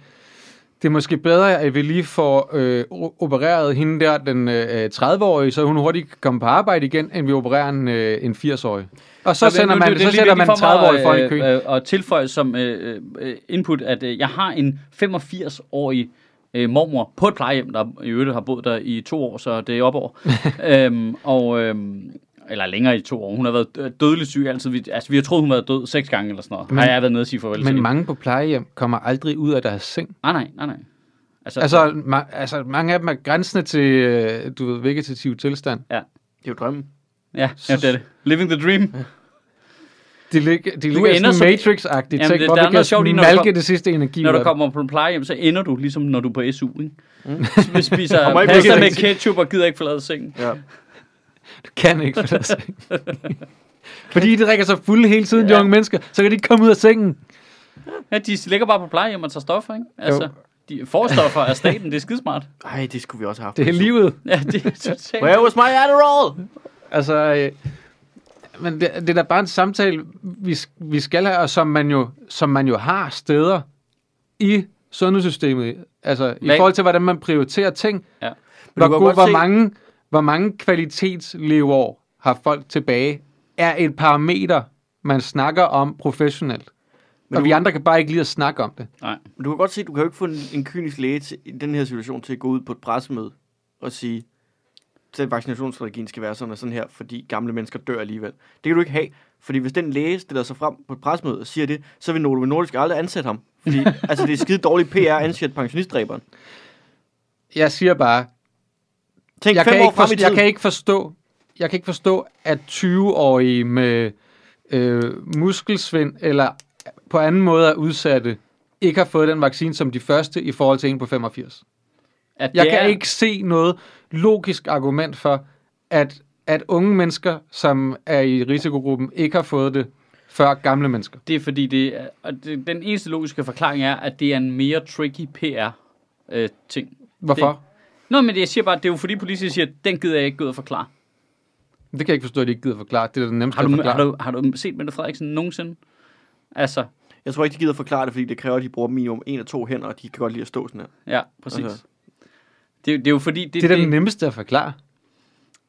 det er måske bedre, at vi lige får øh, o- opereret hende der, den øh, 30-årige, så hun hurtigt kan komme på arbejde igen, end vi opererer en, øh, en 80-årig. Og så,
Nå, men
sender
nu-
man,
det er
så
lige
sætter man
vigtigt for mig
30-årige
at,
folk i køen.
øh, øh, Og tilføje som øh, øh, input, at øh, jeg har en 85-årig øh, mormor på et plejehjem, der i øvrigt har boet der i to år, så det er op over. øhm, og, øhm, eller længere i to år. Hun har været øh, dødelig syg altid. Vi, altså, vi har troet, hun har været død seks gange eller sådan noget. Men, har jeg været nede og sige farvel til. Ah,
Men mange på plejehjem kommer aldrig ud af deres seng.
Nej, nej, nej, nej. Altså,
Altså, ma- altså mange af dem er grænsende til, øh, du ved, vegetativ tilstand.
Det er jo drømmen.
ja, ja, det er det. Living the dream.
De, lig- de ligger
ender
sådan
som-
Matrix-agtigt.
Jamen,
Tænk,
det-
hvor
der er
vi kan
noget sjovt i, når du
malke
kom-
det sidste energi
Når
ud
du
af det.
kommer på plejehjem, så ender du ligesom, når du er på SU, ikke? Mm. Spiser
Kommer ikke på
pasta med
SU.
ketchup og gider ikke forlade sengen.
Ja.
Du kan ikke forlade sengen. Fordi de drikker sig fulde hele tiden, de
Ja.
unge mennesker, så kan de ikke komme ud af sengen.
Ja, de ligger bare på plejehjem og tager stoffer, ikke? Altså,
Jo.
de får stoffer af staten, det er skidesmart.
Ej, det skulle vi også have haft.
Det er livet.
Ja, det er totalt.
Where was my Adderall?
Altså, øh, men det, det er da bare en samtale, vi, s- vi skal have, og som man jo, som man jo har steder i sundhedssystemet. Altså, i
Men-
forhold til, hvordan man prioriterer ting.
Ja. Men
Hvor,
du kan
god,
godt
hvor,
se-
mange, hvor mange kvalitetsleveår har folk tilbage, er et parameter, man snakker om professionelt.
Men
og
du-
vi andre kan bare ikke lide at snakke om det.
Nej.
Men Du kan godt se, du kan jo ikke få en, en kynisk læge til, i den her situation til at gå ud på et pressemøde og sige, at vaccinationsstrategien skal være sådan og sådan her, fordi gamle mennesker dør alligevel. Det kan du ikke have, fordi hvis den læge stiller sig frem på et pressemøde og siger det, så vil Novo Nordisk aldrig ansætte ham. Fordi, altså, det er skide dårlig PR at ansætte pensionistdræberen.
Jeg siger bare,
Tænk
jeg
fem
kan,
år
ikke
frem i
forstå, jeg
tiden.
kan ikke forstå, jeg kan ikke forstå, at 20-årige med øh, muskelsvind eller på anden måde er udsatte, ikke har fået den vaccine som de første i forhold til en på 85.
At
Jeg
det
kan
er,
ikke se noget logisk argument for, at, at unge mennesker, som er i risikogruppen, ikke har fået det før gamle mennesker.
Det er fordi, det er, og det, den eneste logiske forklaring er, at det er en mere tricky PR-ting.
Hvorfor?
Nå, men jeg siger bare, det er jo fordi politiet siger, den gider jeg ikke gå ud og forklare.
Det, det kan jeg ikke forstå, at de ikke gider forklare. Det er da det nemmeste
Har du,
at
har,
forklare.
du, har du set Mette Frederiksen nogensinde? Altså,
Jeg tror ikke, de gider forklare det, fordi det kræver, at de bruger minimum en af to hænder, og de kan godt lide at stå sådan her.
ja, præcis.
Altså.
Det, er- det er jo fordi...
Det er da det nemmeste at forklare.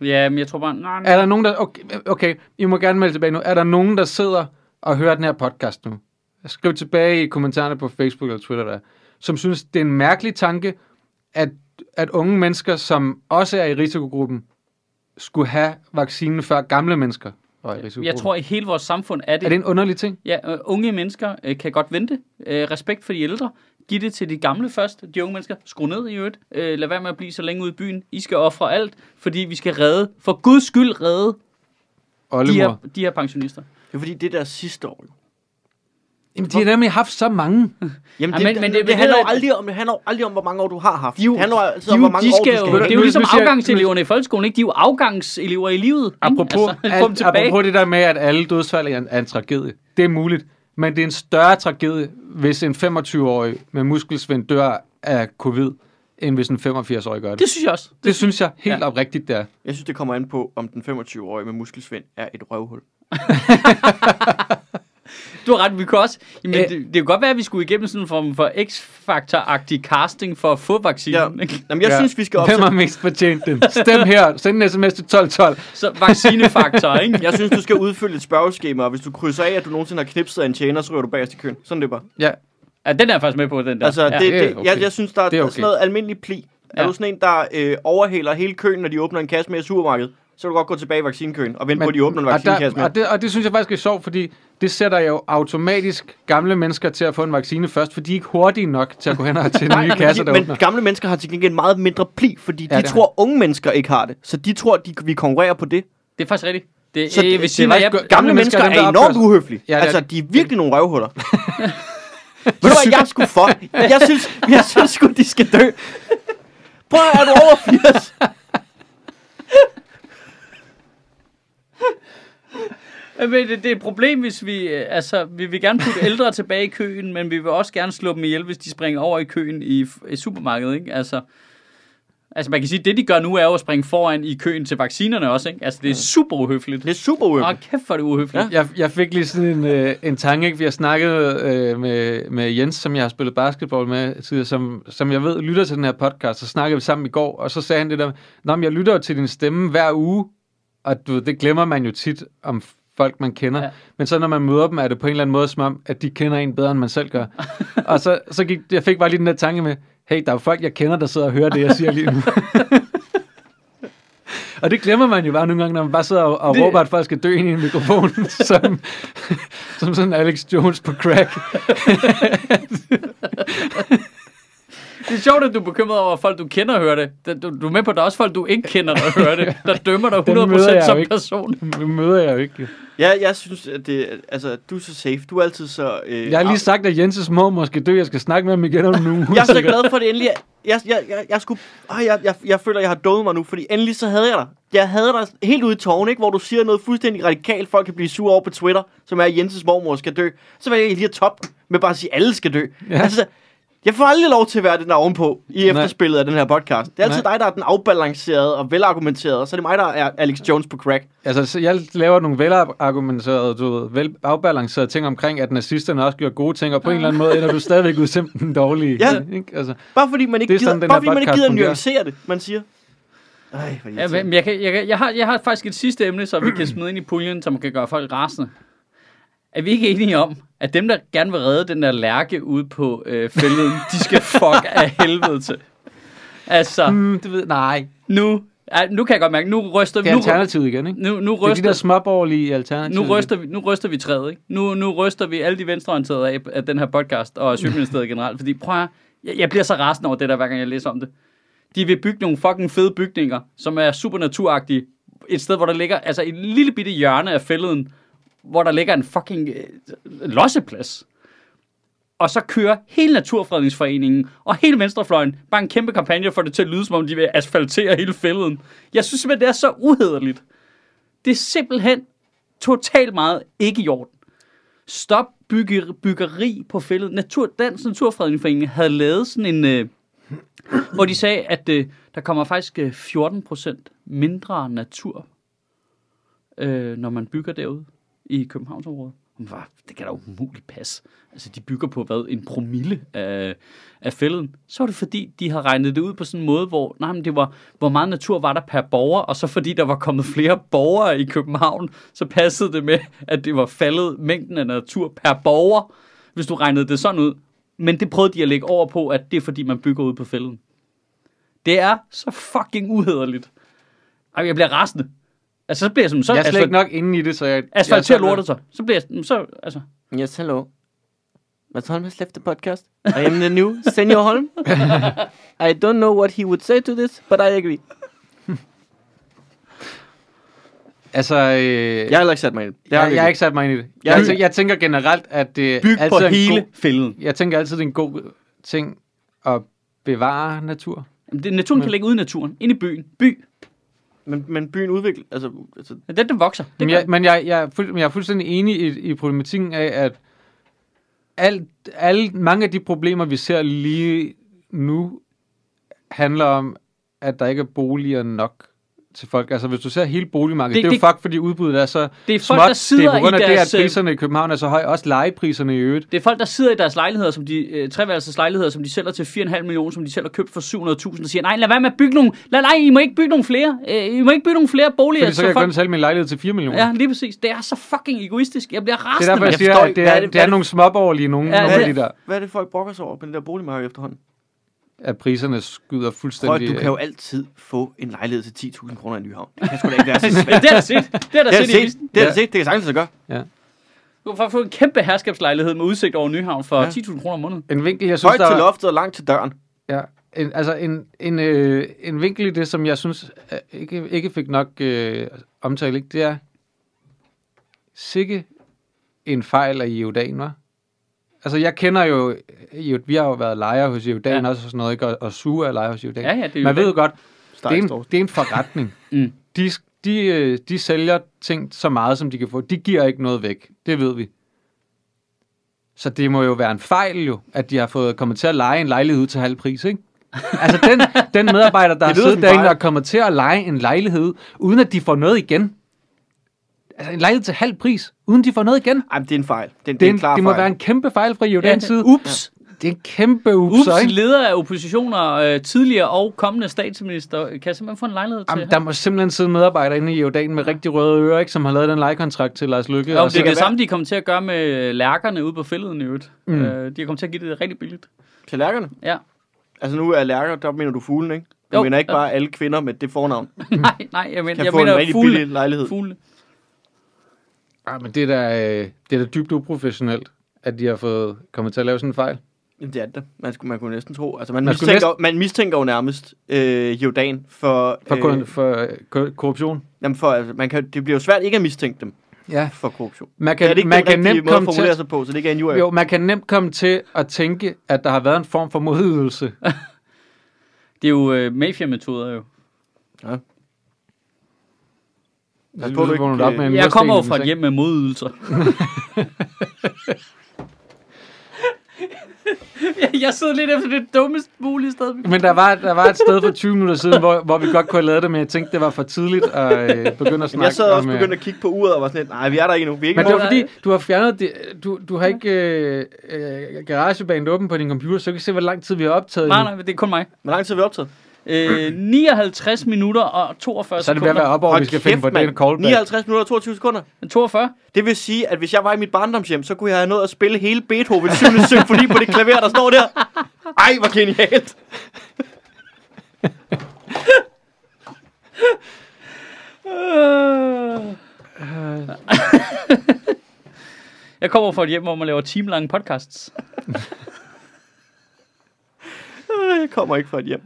Ja, men jeg tror bare... Nej,
Mm. Er der nogen, der... Okay, okay, I må gerne melde tilbage nu. Er der nogen, der sidder og hører den her podcast nu? Skriv tilbage i kommentarerne på Facebook eller Twitter, der, som synes, det er en mærkelig tanke, at, at unge mennesker, som også er i risikogruppen, skulle have vaccinen før gamle mennesker. Og risiko.
Jeg tror, i hele vores samfund er det...
Er det en underlig ting?
Ja, øh, unge mennesker øh, kan godt vente. Øh, respekt for de ældre. Giv det til de gamle først. De unge mennesker, skru ned i øvrigt. Øh, lad være med at blive så længe ude i byen. I skal ofre alt, fordi vi skal redde, for guds skyld redde, de her,
Oldemor.
de her pensionister.
Det er fordi, det der sidste år jo.
Jamen, de har nemlig haft så mange.
Jamen,
Ja,
det,
men-
det,
men det-
det,
men
det, handler jo
det-
aldrig om, det handler aldrig om, hvor mange år du har haft.
De er jo-
det handler altid
De,
om, hvor
jo,
mange
de
år du
skal
skal
jo, det er jo
Nu-
ligesom
nu siger-
afgangseleverne i folkeskolen, ikke? De er jo afgangselever i livet. ikke?
Apropos,
altså, kom
at,
tilbage.
apropos det der med, at alle dødsfald er en, er en tragedie. Det er muligt. Men det er en større tragedie, hvis en 25-årig med muskelsvind dør af covid, end hvis en 85-årig gør det.
Det synes jeg også.
Det, det synes jeg helt
Ja.
ja. oprigtigt, der.
Jeg synes, det kommer an på, om den 25-årige med muskelsvind er et røvhul.
Du har ret, vi kan også... Jamen,
Øh.
det, det kan godt være, at vi skulle igennem sådan en form for X-Factor-agtig casting for at få vaccinen.
Ja.
ikke?
Jamen, jeg ja. synes, vi skal
Hvem
opsætte...
har mest fortjent den? Stem her. Send en sms til 1212.
Så vaccinefaktor, ikke?
Jeg synes, du skal udfylde et spørgeskema, og hvis du krydser af, at du nogensinde har knipset af en tjener, så ryger du bagerst i køen. Sådan er det bare.
Ja.
Ja, den er jeg faktisk med på, den der.
Altså,
ja.
det,
det er
det,
okay.
jeg, jeg synes, der er,
Det er
er
okay.
sådan noget almindelig pli. Er
Ja.
du sådan en, der øh, overhaler hele køen, når de åbner en kasse med i supermarkedet, så vil du godt gå tilbage i vaccinekøen og vente på, at de åbner en
og, der,
vaccinekasse med.
og, det, og det synes jeg faktisk er sjovt, fordi det sætter jo automatisk gamle mennesker til at få en vaccine først, for de er ikke hurtige nok til at gå hen og til nye kasser, der
men, de,
åbner.
men gamle mennesker har til gengæld meget mindre pli, fordi
Ja,
de
det har
tror, unge mennesker ikke har det. Så de tror, de, vi konkurrerer på det.
det er faktisk rigtigt. Det,
Så
så
det-
det, jeg
det er
vil sige, når
faktisk
jeg,
godt-
Gamle mennesker
mennesker er dem, der
er enormt
opfører sig.
uhøflige. Ja,
Ja, det er-
altså, de er virkelig nogle røvhuller. Ved du hvad jeg skulle for? Jeg synes, jeg synes sgu, de skal dø. Prøv at høre, er du over 80?
men det, det er et problem, hvis vi... øh, Altså, vi vil gerne putte ældre tilbage i køen, men vi vil også gerne slå dem ihjel, hvis de springer over i køen i, f- i supermarkedet, ikke? Altså, altså, man kan sige, det de gør nu er jo at springe foran i køen til vaccinerne også, ikke? Altså, det er super uhøfligt.
Det er super
Åh,
uhøfligt.
kæft for det uhøfligt. Ja.
Jeg, jeg fik lige sådan en, øh, en tanke, ikke? Vi har snakket øh, med, med Jens, som jeg har spillet basketball med tidligere, som, som jeg ved lytter til den her podcast, så snakkede vi sammen i går, og så sagde han det der, Nå, men jeg lytter jo til din stemme hver uge, og du, ved, det glemmer man jo tit om folk, man kender.
Ja.
Ja. Men så når man møder dem, er det på en eller anden måde som om, at de kender en bedre, end man selv gør. og så, så gik, jeg fik bare lige den der tanke med, hey, der er jo folk, jeg kender, der sidder og hører det, jeg siger lige nu. Og det glemmer man jo bare nogle gange, når man bare sidder og, og
Det-
det... råber, at folk skal dø ind i en mikrofon, som, som sådan Alex Jones på crack.
Det er sjovt, at du er bekymret over, at folk, du kender, hører det. Det- Du, du er med på, at der er også folk, du ikke kender, der hører det. Der dømmer dig
Dem møder
100%
jeg jo
som
ikke.
person.
Det møder jeg jo ikke. jo.
Ja, jeg synes, at det, altså, du er så safe. Du er altid så... Øh,
Jeg har lige sagt, at Jenses mor måske dø. Jeg skal snakke med ham igen om nu.
Jeg er så glad for det endelig. Jeg, jeg, jeg, jeg, skulle, øh, jeg, jeg, jeg føler, jeg har dødet mig nu, fordi endelig så havde jeg dig. Jeg havde dig helt ude i tårne, ikke? hvor du siger noget fuldstændig radikalt, folk kan blive sure over på Twitter, som er, at Jenses mormor skal dø. Så var jeg lige at top med bare at sige, at alle skal dø. Ja.
Ja.
Altså, jeg får aldrig lov til at være den der ovenpå i
Nej.
efterspillet af den her podcast. Det er altid
Nej.
dig, der er den afbalancerede og velargumenterede, og så er det mig, der er Alex Jones på crack.
Altså, så jeg laver nogle velargumenterede, du ved, vel afbalancerede ting omkring, at nazisterne også gjør gode ting, og på en eller anden måde ender du stadigvæk ud som den dårlige.
Ja.
Ikke? Altså,
Bare fordi man ikke
Det er sådan,
gider,
den
bare
her
fordi man ikke
podcast
gider
fungerer.
nuancere det, man siger. Ej, hvor
Ja,
irriterende.
men jeg, kan, jeg, kan, jeg, har, jeg har faktisk et sidste emne, som vi kan smide ind i puljen, som kan gøre folk rasende. Er vi ikke enige om, at dem, der gerne vil redde den der lærke ude på øh, fælden, de skal fuck af helvede til? Altså,
mm, det ved, nej.
nu, ah, nu kan jeg godt mærke, nu ryster
Det
vi,
er
nu,
alternativet igen, ikke?
nu, nu,
Det er de
ryster,
der småborgerlige alternativer.
nu, ryster vi, nu ryster vi træet, ikke? Nu, nu ryster vi alle de venstreorienterede af, af den her podcast og Asylministeriet generelt, fordi prøv at, høre, jeg, jeg bliver så rasende over det der, hver gang jeg læser om det. De vil bygge nogle fucking fede bygninger, som er super naturagtige. Et sted, hvor der ligger, altså et lille bitte hjørne af fælleden, hvor der ligger en fucking øh, losseplads. Og så kører hele Naturfredningsforeningen og hele Venstrefløjen bare en kæmpe kampagne for det til at lyde, som om de vil asfaltere hele fælleden. Jeg synes simpelthen, det er så uhederligt. Det er simpelthen totalt meget ikke i orden. Stop bygge, byggeri på fældet. Natur, Dansk Naturfredningsforening havde lavet sådan en... Øh, hvor de sagde, at øh, der kommer faktisk øh, 14 procent mindre natur, øh, når man bygger derude i Københavnsområdet. Men hvad, Det kan da umuligt passe. Altså, de bygger på hvad? En promille af, af fælden. Så var det fordi, de har regnet det ud på sådan en måde, hvor, nej, men det var, hvor meget natur var der per borger, og så fordi der var kommet flere borgere i København, så passede det med, at det var faldet mængden af natur per borger, hvis du regnede det sådan ud. Men det prøvede de at lægge over på, at det er fordi, man bygger ud på fælden. Det er så fucking uhederligt. Ej, jeg bliver rasende. Altså, så bliver jeg som så...
jeg er slet
asfalt-
ikke nok inde i det, så jeg...
Asfalterer
jeg er sådan-
lortet så. Så bliver jeg... Så, altså,
Yes, hello. Mads Holm has left the podcast. I am the new Senior Holm. I don't know what he would say to this, but I agree.
Altså, øh,
Jeg har heller ikke sat mig ind. Det har
jeg, jeg har
virkelig.
ikke sat mig ind i det.
Jeg-
Jeg, jeg, jeg tænker generelt, at det
Byg
altid
på
er en
hele
God,
fælden.
jeg tænker altid, det er en god ting at bevare natur.
Jamen, det, naturen kan ligge ude i naturen. Ind i byen. By.
Men, men byen udvikler... Altså, altså,
Ja, Den, den vokser. Det
Men,
gør.
jeg,
den.
men jeg, jeg, er fuld, men jeg er fuldstændig enig i, i problematikken af, at alt, alle, mange af de problemer, vi ser lige nu, handler om, at der ikke er boliger nok til folk. Altså, hvis du ser hele boligmarkedet, det,
Det-
det, det er
det-
jo fuck, fordi udbuddet er så
Det er folk, der
småt. det er på
sidder
grund af
i deres...
det, at
øh,
priserne i København er så høje, også legepriserne i øvrigt.
Det er folk, der sidder i deres lejligheder, som de, øh, treværelseslejligheder, som de sælger til 4,5 millioner, som de selv har købt for 700.000, og siger, nej, lad være med at bygge nogle, lad, nej, I må ikke bygge nogle flere, øh, I må ikke bygge nogle flere boliger.
Fordi så kan jeg kun sælge min lejlighed til 4 millioner.
Ja, lige præcis. Det er så fucking egoistisk. Jeg bliver
Det
rasende.
er derfor, jeg
mand.
siger,
forstår
at
ikke,
det
hvad
er,
er det-
det
hvad
er
er
nogle småborgerlige nogen,
Ja,
ja, nogle
det-
af de der,
hvad er det, folk brokker sig over på den der boligmarked efterhånden?
at priserne skyder
Prøv,
fuldstændig...
du kan jo altid få en lejlighed til 10.000 kroner i Nyhavn. Det kan sgu da ikke være så svært.
Ja, det er da set. Det er da
Det har
set i
jeg set.
avisen.
Det har
Ja.
jeg set. Det kan sagtens sig gøre.
Du kan faktisk få en kæmpe herskabslejlighed med udsigt over Nyhavn for
Ja.
10.000 kroner om måneden.
En vinkel, jeg synes,
Højt
der...
til loftet og langt til døren.
Ja, en, altså en, en, øh, en vinkel i det, som jeg synes øh, ikke, ikke fik nok øh, omtale, ikke? det er sikke en fejl af Jordan, var. Altså, jeg kender jo, jo, vi har jo været lejer hos Jordan
Ja.
ja. også og sådan noget, ikke? Og, og suge er lejer hos Jordan.
Ja, ja, det er
Man ved
Jordan.
jo godt, det er, en,
Stejlstorv.
det er en forretning.
Mm.
de, de, øh, de sælger ting så meget, som de kan få. De giver ikke noget væk. Det ved vi. Så det må jo være en fejl jo, at de har fået kommet til at lege en lejlighed ud til halv pris, ikke? Altså den, den medarbejder, der har
lyder som
siddet
en
derinde
fejl.
og kommer til at lege en lejlighed, uden at de får noget igen. Altså en lejlighed til halv pris, uden de får noget igen.
Ej, men det er en fejl. Det er, det
Det,
er
er
en
en,
klar
det må
fejl.
være en kæmpe fejl fra Jordans side.
Ups.
Det er en kæmpe ups,
Ups,
ikke?
leder af oppositioner, øh, tidligere og kommende statsminister, øh, kan simpelthen få en lejlighed til.
Jamen, der må simpelthen sidde medarbejdere inde i Jordan med rigtig røde ører, ikke, som har lavet den lejekontrakt til Lars Lykke.
Ja,
og
om det
så-
er det
være-
samme, de kommer til at gøre med lærkerne ude på fælleden i øvrigt. Mm.
Mm.
Øh, de kommer til at give det rigtig billigt.
Til lærkerne.
Ja.
Altså nu er lærker, der mener du fuglen, ikke? Du
Jo.
mener ikke
Ja.
bare alle kvinder med det fornavn. Kan
Mm.
nej, nej, jeg, men,
jeg
jeg
få en
mener
rigtig
fugle.
billig lejlighed.
fugle.
Ah, men det er, da, øh, det er da dybt uprofessionelt, at de har fået kommet til at lave sådan en fejl.
Jamen, det er det. Man, skulle, man kunne næsten tro. Altså, man,
Man skulle
mistænker, næsten... man mistænker jo nærmest øh, Jordan for...
For, øh, for øh, ko- korruption.
jamen for altså, man kan, det bliver jo svært ikke at mistænke dem
Ja.
for korruption.
Man
Kan, er
kan,
det ikke
man
den
kan
rigtige
nemt
måde at
komme
formulere
til,
sig på, så det ikke er en jure?
jo, man kan nemt komme til at tænke, at der har været en form for modydelse.
Det er jo øh, mafia-metoder jo.
Altså,
tror du ikke,
vågner du op
øh,
med en
Jeg
mursten
kommer
i
jo
din
fra et
seng.
hjem med modydelser. jeg sidder lidt efter det dummest mulige sted.
Men der var, der var et sted for 20 minutter siden, hvor, hvor vi godt kunne have lavet det, men jeg tænkte, det var for tidligt at øh, begynde at
Jamen,
snakke
jeg sad også
om, øh,
begyndt at kigge på uret og var sådan lidt, nej, vi er der ikke nu. Vi er ikke
Men det
nu.
var fordi, du har fjernet det, du, du har ikke øh, øh, garagebanen åben på din computer, så du kan se, hvor lang tid vi har optaget.
Nej,
nu.
nej, det er kun mig.
Hvor lang tid har vi optaget?
Øh, 59 minutter og 42
Så er det ved at være
sekunder.
op over, at vi skal finde på det er en callback.
59 minutter og 22 sekunder.
42?
Det vil sige, at hvis jeg var i mit barndomshjem, så kunne jeg have nået at spille hele Beethovens 7. symfoni på det klaver, der står der. Ej, hvor genialt.
Øh. jeg kommer fra et hjem, hvor man laver timelange podcasts.
Øh, Jeg kommer ikke fra et hjem.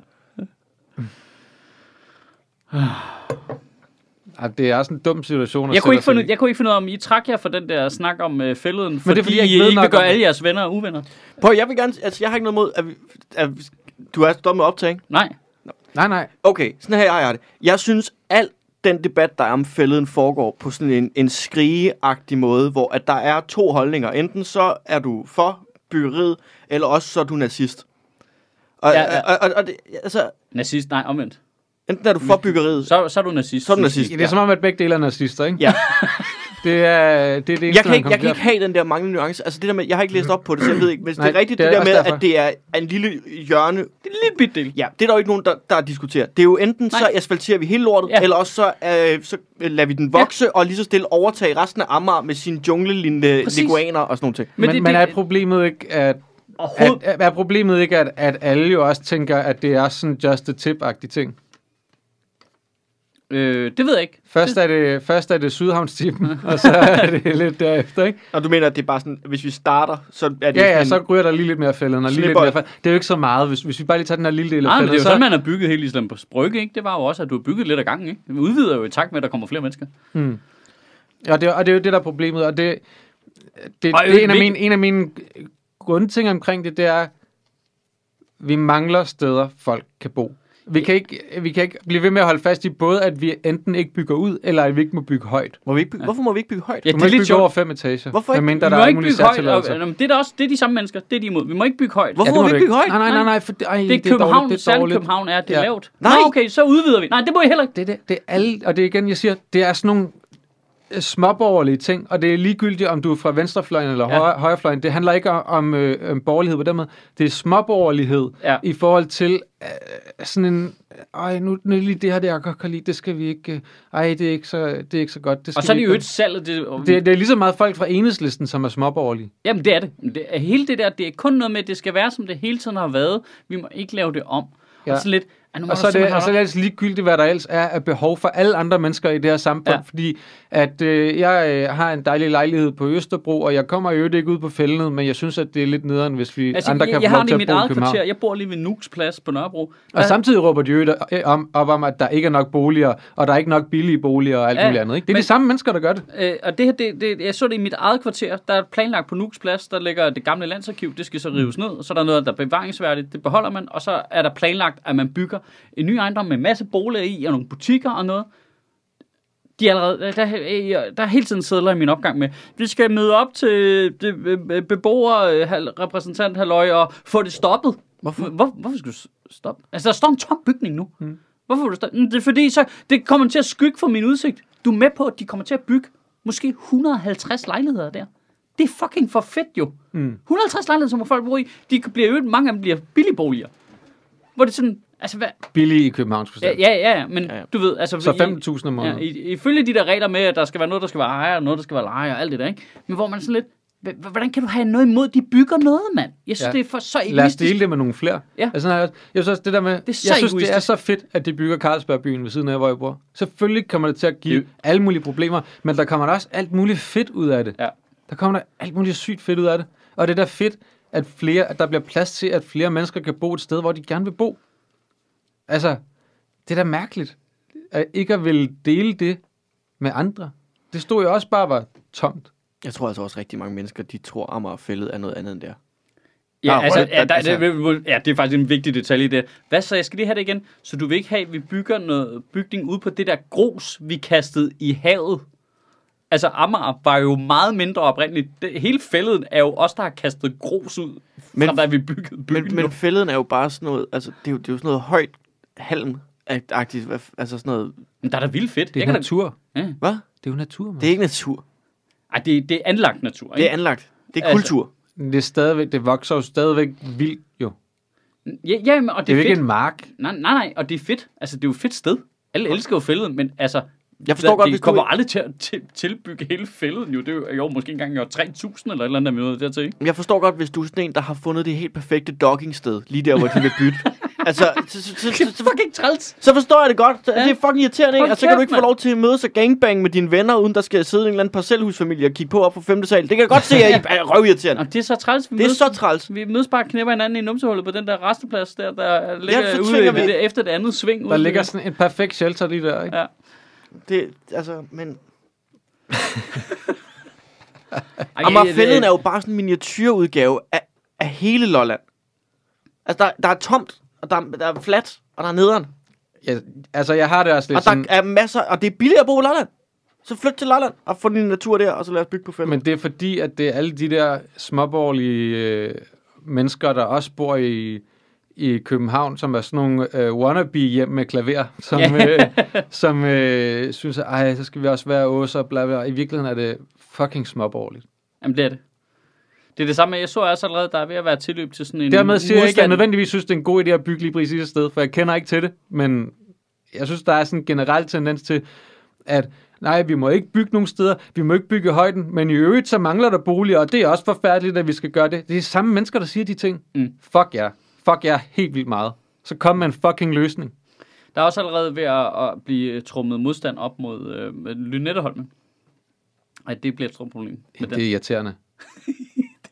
Ej, det er også en dum situation at
Jeg kunne, ikke
sætte
finde,
sig i.
jeg kunne ikke finde ud af, om I trak jer for den der snak om øh, fælleden, fordi,
det er,
fordi jeg ikke,
ved
ikke vil
nok
gøre
om det.
alle jeres venner og uvenner.
Prøv, jeg vil gerne... Altså, jeg har ikke noget mod, at, vi, at vi- du er stoppet med optag, ikke?
Nej.
Nej, nej.
Okay, sådan her har jeg det. Jeg synes, al den debat, der er om fælleden, foregår på sådan en, en skrigeagtig måde, hvor at der er to holdninger. Enten så er du for byggeriet, eller også så er du nazist. Og,
Ja,
ja,
ja.
ja. og, og, og det, altså,
Nazist? Nej, omvendt.
enten er du for byggeriet, så,
Så, så er du nazist.
så er du nazist.
Det er som om, at begge dele er nazister, ikke?
Ja.
Det er det, er det eneste,
jeg kan,
man
ikke,
kommer
jeg kan
til
ikke have den der manglende nuance. Altså det der med, jeg har ikke læst op på det, så jeg ved ikke. Hvis Nej, det
Nej,
er rigtigt,
det
det,
er
det der
også
med,
derfor.
at det er en lille hjørne.
Det er en lille bit del.
Ja, det er der jo ikke nogen, der, der diskuterer. Det er jo enten, Nej. så
Nej.
asfalterer vi hele lortet,
Ja.
ja. eller også så, øh, så øh, lader vi den vokse, ja. og lige så stille overtage resten af Amager med sine junglelignende
Præcis.
leguaner og sådan nogle ting.
Men, men,
det-
men
det-
er problemet ikke, at, at,
Overhovedet.
er problemet ikke, at, at alle jo også tænker, at det er sådan just a tip-agtig ting?
Øh, det ved jeg ikke.
Først er det, først er det Sydhavnstippen, og så er det lidt derefter, ikke?
Og du mener, at det er bare sådan, hvis vi starter, så er det
Ja, ja,
en-
så ryger der lige lidt mere fælden, og lige lidt
Slipper-
mere fælden. Det er jo ikke så meget, hvis, hvis vi bare lige tager den her lille del af
Nej, men det er
fælden.
jo
Så,
sådan, man har bygget hele Island på Brygge, ikke? Det var jo også, at du har bygget lidt af gangen, ikke? Vi udvider jo i takt med, at der kommer flere mennesker.
og, det, er- og det er jo det, der er problemet, og det, det, det
Og
er en af,
vi-
mine, en af mine grundting omkring det, det er, vi mangler steder, folk kan bo. Vi kan, ikke, vi kan ikke blive ved med at holde fast i både, at vi enten ikke bygger ud, eller at vi ikke må bygge højt.
Må vi ikke bygge, hvorfor må vi ikke bygge højt?
Ja,
Du
det
må
er
ikke
lidt
bygge over
sjovt.
fem etager,
Hvorfor ikke?
medmindre
Vi må
der er alle
ikke
mulige
bygge højt.
særtilladelser.
Og, nå, men det, er da også, det er de samme mennesker. Det er de imod. Vi må ikke bygge højt.
Hvorfor
det
må
du
vi ikke bygge højt?
Nej, nej, nej, nej, for, ej,
Det er
dårligt,
København,
det er
særligt
dårligt.
København er det
Ja.
ja. lavt.
Nej!
Nå, okay, så udvider vi. Nej, det må I heller ikke.
Det er det. Det er alle, og det er igen, jeg siger, det er sådan nogle øh, småborgerlige ting, og det er ligegyldigt, om du er fra venstrefløjen eller
Ja.
ja. højre, højrefløjen. Det handler ikke om, øh, om borgerlighed på den måde. Det er småborgerlighed
Ja.
ja. i forhold til øh, sådan en, ej, nu, nu lige det her, det jeg godt kan lide, det skal vi ikke, øh, ej, det er ikke så, det er ikke så godt. Det skal
Og så er
vi
det
ikke
jo
gøre."
et salg. Det, og-
det, det er lige så meget folk fra enhedslisten, som er småborgerlige.
Jamen, det er det. det er, hele det der, det er kun noget med, at det skal være, som det hele tiden har været. Vi må ikke lave det om. Ja.
Ja.
Og så lidt... "Ej, Nu må
Og
du
så, er det,
simpelthen
og så er
holde
det altså ligegyldigt, hvad der ellers er af behov for alle andre mennesker i det her samfund,
Ja.
ja. fordi at øh, jeg øh, har en dejlig lejlighed på Østerbro, og jeg kommer i øvrigt ikke ud på fældenet, men jeg synes, at det er lidt nederen, hvis vi
op."
altså, andre
jeg,
kan
jeg har
få lov
det
til
i
at
mit
bo i
eget
København.
kvarter. Jeg bor lige ved Nuks plads på Nørrebro.
Og samtidig råber de jo om, op om, at der ikke er nok boliger, og der er ikke nok billige boliger og alt
Ja,
ja, muligt andet. Ikke? Det er
men-
de samme mennesker, der gør det.
Øh, og det her, det, det, jeg så det i mit eget kvarter. Der er planlagt på Nuks plads, der ligger det gamle landsarkiv, det skal så rives ned. Og så er der noget, der er bevaringsværdigt, det beholder man. Og så er der planlagt, at man bygger en ny ejendom med en masse boliger i, og nogle butikker og noget. De er allerede, der, der, der er hele tiden sædler i min opgang med, vi skal møde op til øh, beboerrepræsentant øh, halløj og få det stoppet. Hvorfor? Hvor, hvorfor skal du s- stoppe? Altså, der står en tom bygning nu. Mm. Hvorfor vil du stoppe? Det er fordi, så, det kommer til at skygge for min udsigt. Du er med på, at de kommer til at bygge måske 150 lejligheder der. Det er fucking for fedt jo. Mm. 150 lejligheder, som hvor folk bor i. De bliver jo mange af dem bliver billigboliger. Hvor det er sådan, altså hvad?
Billige i Københavns
Ja,
forstand.
ja, ja, ja men ja,
ja.
ja. du ved, altså...
Så
i-
5.000 om
Ja,
måneden.
i- ifølge de der regler med, at der skal være noget, der skal være ejer, og noget, der skal være lejer, og alt det der, ikke? Men hvor man sådan lidt, "Hva- hva- hvordan kan du have noget imod, de bygger noget, mand? Jeg synes, ja.
Ja.
det er for så
Lad os
egoistisk.
dele det med nogle flere.
Ja.
Altså, nej, jeg, jeg synes også, det der med, det
er så
jeg synes, det er
egoistisk.
så fedt, at de bygger Carlsbergbyen ved siden af, hvor jeg bor. Selvfølgelig kommer det til at give alle mulige problemer, men der kommer der også alt muligt fedt ud af det.
Ja.
Der kommer der alt muligt sygt fedt ud af det. Og det er da fedt, at, flere, at der bliver plads til, at flere mennesker kan bo et sted, hvor de gerne vil bo. Altså, det er da mærkeligt, at ikke at ville dele det med andre. Det stod jo også bare var tomt.
Jeg tror altså også rigtig mange mennesker, de tror, Amager Fælled er noget andet end der.
Ja,
Nå,
altså,
hold-
ja, der,
altså-
det, ja, det er faktisk en vigtig detalje i det. Hvad så? Jeg skal lige have det igen. Så du vil ikke have, at vi bygger noget bygning ud på det der grus, vi kastede i havet? Altså, Amager var jo meget mindre oprindeligt. Det, hele fælleden er jo os, der har kastet grus ud, men, fra
Men-
da vi byggede byen.
Men, men fælleden er jo bare sådan noget, altså det er jo, det er jo sådan noget højt halm agtigt, hvad f- altså sådan noget,
men der er da vildt fedt.
Det
Jeg
er
kan da-
natur.
hvad?
Det er jo natur, man.
Det er ikke natur.
Ej, det, det er anlagt natur,
Det
ikke?
er anlagt. Det er
Altså-
kultur.
Det, er stadigvæk, det vokser jo stadigvæk vildt, jo.
Ja, ja, men, og det,
Det er jo
fedt.
ikke en mark.
Nej, nej, nej, og det er fedt. Altså, det er jo et fedt sted. Alle elsker jo fælleden, men altså...
Jeg forstår godt,
det
hvis du
kommer
ikke-
aldrig til at til, tilbygge hele fælleden. Jo, det er jo, jo måske engang jo 3.000 eller et eller andet, der er dertil, ikke?
Men Jeg forstår godt, hvis du er sådan en, der har fundet det helt perfekte doggingsted, lige der, hvor de vil bytte. altså, så, så, så,
Det er
så,
fucking træls.
så forstår jeg det godt. Så-
Ja.
Det er fucking irriterende, ikke?
Hold
Og så kan du
kæft,
ikke få
mand.
lov til at mødes og gangbang med dine venner, uden der skal sidde en eller anden parcelhusfamilie og kigge på op på femte sal. Det kan jeg godt se, at I er
Nå,
røvirriterende.
det er så træls. Vi
Det er
mødes,
så træls.
Vi mødes bare og knæpper hinanden i numsehullet på den der resteplads der, der ligger
så
ude
tvinger
ved
vi-
det, efter det andet sving.
Der
ude
ligger
ved-
sådan en perfekt shelter lige der, ikke?
Ja.
Det, altså, men...
Ej,
Amager
det-
Fælleden er jo bare sådan en miniatyrudgave af, af hele Lolland. Altså, der, der er tomt, og der, er- der er flat, og der er nederen.
Jeg, altså, jeg har det også
Og
lidt
der
sådan,
er masser, og det er billigere at bo i Lolland. Så flyt til Lolland og få din natur der, og så lad os bygge på Fælleden.
men det er fordi, at det er alle de der småborgerlige øh, mennesker, der også bor i, i København, som er sådan nogle øh, wannabe hjem med klaver, som, øh, som øh, synes, at ej, så skal vi også være åser og bla bla. I virkeligheden er det fucking småborgerligt.
Jamen, det er det. Det er det samme, jeg så også allerede, der er ved at være tilløb til sådan en
Dermed siger jeg ikke, at
modstand.
jeg nødvendigvis synes, det er en god idé at bygge lige præcis et sted, for jeg kender ikke til det, men jeg synes, der er sådan en generel tendens til, at nej, vi må ikke bygge nogen steder, vi må ikke bygge i højden, men i øvrigt så mangler der boliger, og det er også forfærdeligt, at vi skal gøre det. Det er de samme mennesker, der siger de ting.
Mm.
Fuck jer. Fuck jer helt vildt meget. Så kom med en fucking løsning.
Der er også allerede ved at, at blive trummet modstand op mod øh, Lynetteholmen. At det bliver et stort problem. Med den.
Det er irriterende.
Det er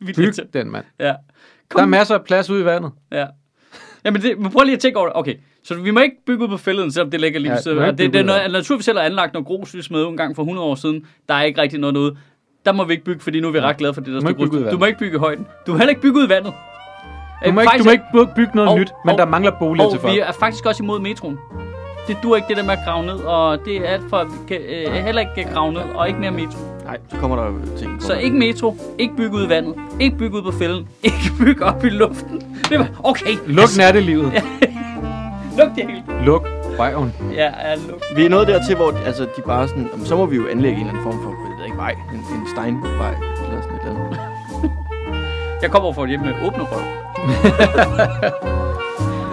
vildt irriterende.
Byg den, mand.
Ja.
Der er masser af plads ude i vandet.
Ja. Jamen, det, men prøv lige at tænke over det. Okay, så vi må ikke bygge ud på fælleden, selvom det ligger lige
Ja,
ved siden.
vi må
af.
ikke
Det, det
bygge
er
ud
noget,
der.
natur, vi selv har anlagt noget grus, vi smed ud en gang for 100 år siden. Der er ikke rigtig noget derude. Der må vi ikke bygge, fordi nu er vi ret glade for det, der
Du må
står
ikke bygge ud
grus. Du
i vandet.
må ikke bygge i højden. Du må heller ikke bygge ud i vandet.
Du
Øh,
må, ikke, du
faktisk-
må ikke bu- bygge noget
Og-
nyt, men
og-
der mangler boliger til
Og vi
folk.
er faktisk også imod metroen. Det dur ikke det der med at grave ned, og det er alt for, at vi kan, øh, heller ikke kan grave ned, og ikke mere metro.
Nej, så kommer der jo ting.
Så ikke metro, ikke bygge ud i vandet, ikke bygge ud på fælden, ikke bygge op i luften. Det var, okay,
Luk nattelivet.
luk det hele.
Luk røven.
Ja, ja, luk.
Vi er nået dertil, hvor altså, de bare sådan, jamen, så må vi jo anlægge en eller anden form for, jeg ved ikke, vej, en, en steinvej, eller sådan et eller andet.
Jeg kommer for et hjem med åbne røv.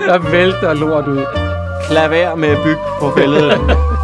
Der vælter lort ud.
Klaver med byg på fældet.